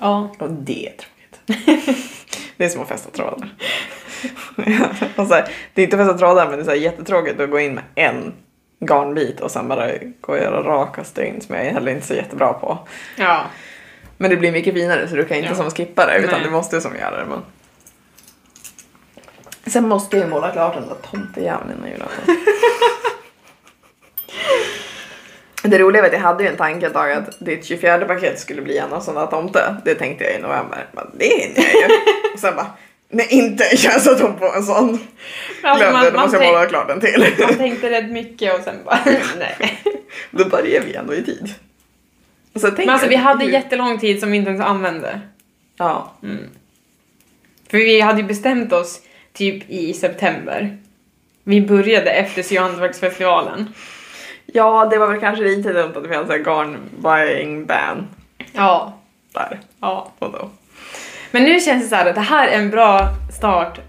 Ja. Och det är tråkigt. det är som att fästa trådar. och så här, det är inte fästa trådar men det är så här jättetråkigt att gå in med en garnbit och sen bara gå och göra raka stygn som jag är heller inte så jättebra på. Ja. Men det blir mycket finare så du kan inte Ja. som skippa det utan Nej. du måste som göra det. Men... Sen måste jag ju måla klart den där tomtejäveln innan julafton. det roliga var att jag hade ju en tanke ett tag att ditt 24 paket skulle bli en av sådana tomte. Det tänkte jag i november. Men det hinner jag ju. Och sen bara, nej inte jag satt hon på en sån. Glömde, då måste jag måla klart en till. Man tänkte rätt mycket och sen bara nej. Då börjar vi ändå i tid. Och så tänker Men alltså jag, vi hade gud. jättelång tid som vi inte ens använde. Mm. Ja. För vi hade ju bestämt oss typ i september. Vi började efter syhantverksfestivalen. Ja, det var väl kanske lite dumt att vi hade så här garn-buying ban Ja. där Ja. och då. Men nu känns det så här att det här är en bra start.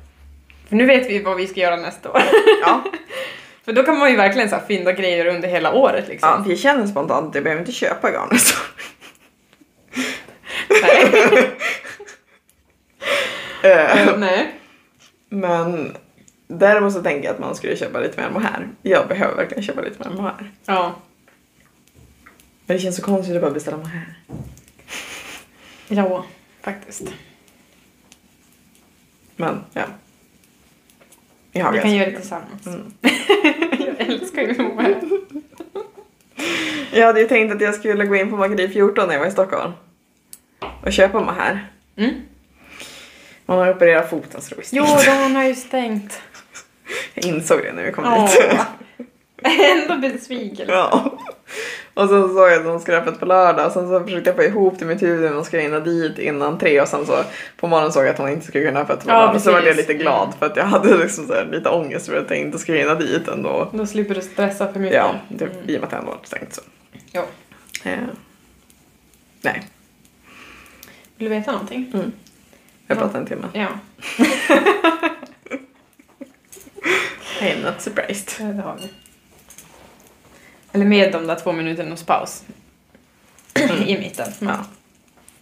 För nu vet vi vad vi ska göra nästa år. Ja, För då kan man ju verkligen så här fynda grejer under hela året liksom. ja vi känner spontant att jag behöver inte köpa garn nästa år. Nej. Eh, nej. Men däremot så tänker jag att man skulle köpa lite mer mohair. Jag behöver verkligen köpa lite mer mohair. Ja. Men det känns så konstigt att bara beställa mohair. Ja, faktiskt. Men ja. Jag har Vi vet. kan göra det Mm. tillsammans. jag älskar ju Moa. Jag hade ju tänkt att jag skulle gå in på Makeri 14 när jag var i Stockholm och köpa mohair. Mm. Man har opererat foten så det var Jo, stängt. de har ju stängt. Jag insåg det när vi kom Åh. dit. Ändå besviken. Ja. Och sen såg jag att de skulle ha öppet på lördag och sen så försökte jag få ihop det i mitt huvud och skulle hinna dit innan tre och sen så på morgonen såg jag att hon inte skulle kunna ha öppet på Ja, lördag. så var jag precis. lite glad för att jag hade liksom så här lite ångest för att jag inte skulle hinna dit ändå. Då slipper du stressa för mycket. Mm. Ja, det, i och med att det ändå var stängt så. Ja. Eh, nej, Vill du veta någonting? Mm. jag Ja. pratade en timme. Ja, I am not surprised. det har vi. Eller med de där två minuternas paus. I mitten. Mm. Ja,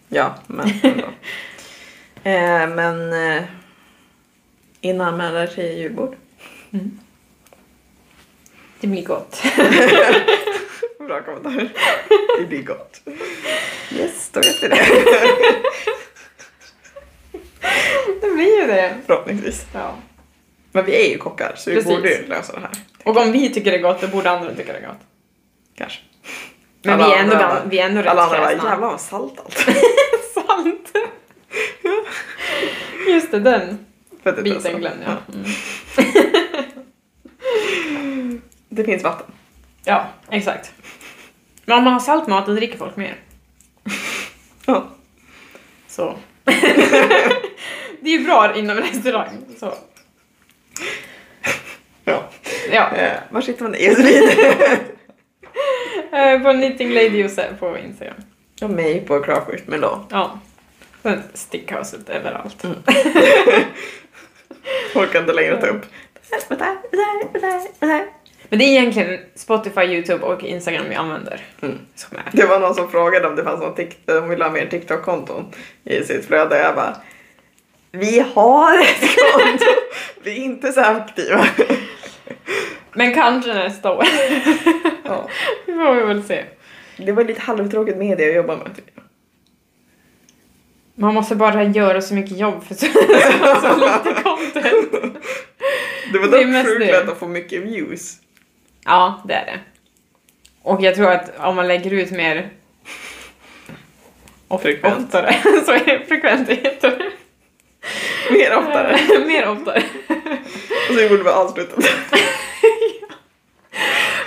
ja men ändå. eh, men eh, innan man lär sig julbord. Mm. Det blir gott. Bra kommentar. Det blir gott. Yes, då vet vi det. Det blir ju det. Förhoppningsvis. Ja. Men vi är ju kockar så vi Precis. borde ju lösa det här. Och om vi tycker det är gott, då borde andra tycka det är gott. Kanske. Men Alla vi är ändå andra gam- bara- vi är ändå rätt Alla andra bara, kräsna. jävlar vad salt allt. Sant! Just det, den För att det är så. biten glömde jag. Mm. Det finns vatten. Ja, exakt. Men om man har salt mat, då dricker folk mer. Ja. Så. det är ju bra inom restaurang. Så. ja. Ja. Eh, var sitter man i Eselid? Eh, På Knitting Lady Josef på Instagram. Och mig på Craft med då. Ja. Sen stickhouset överallt. Orkar inte längre ta upp. Men det är egentligen Spotify, Youtube och Instagram vi använder. Mm. Som är. Det var någon som frågade om det fanns någon tikt- de ville ha mer TikTok-konton i sitt flöde. Jag bara, vi har ett konto. Vi är inte så aktiva. Men kanske nästa år. Ja. Det får vi väl se. Det var lite halvtråkigt media att jobba med. tycker jag. Man måste bara göra så mycket jobb för så, så, så lite content. Det var Det är dock mest sjukt det. lätt att få mycket views. Ja, det är det. Och jag tror att om man lägger ut mer of- Frekvent. oftare så är det frekvent det heter. Mer oftare. mer oftare. Och så gjorde vi avslutet.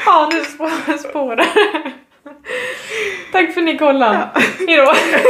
Ja, nu spå- spårar Tack för att ni kollade. Ja. Hejdå.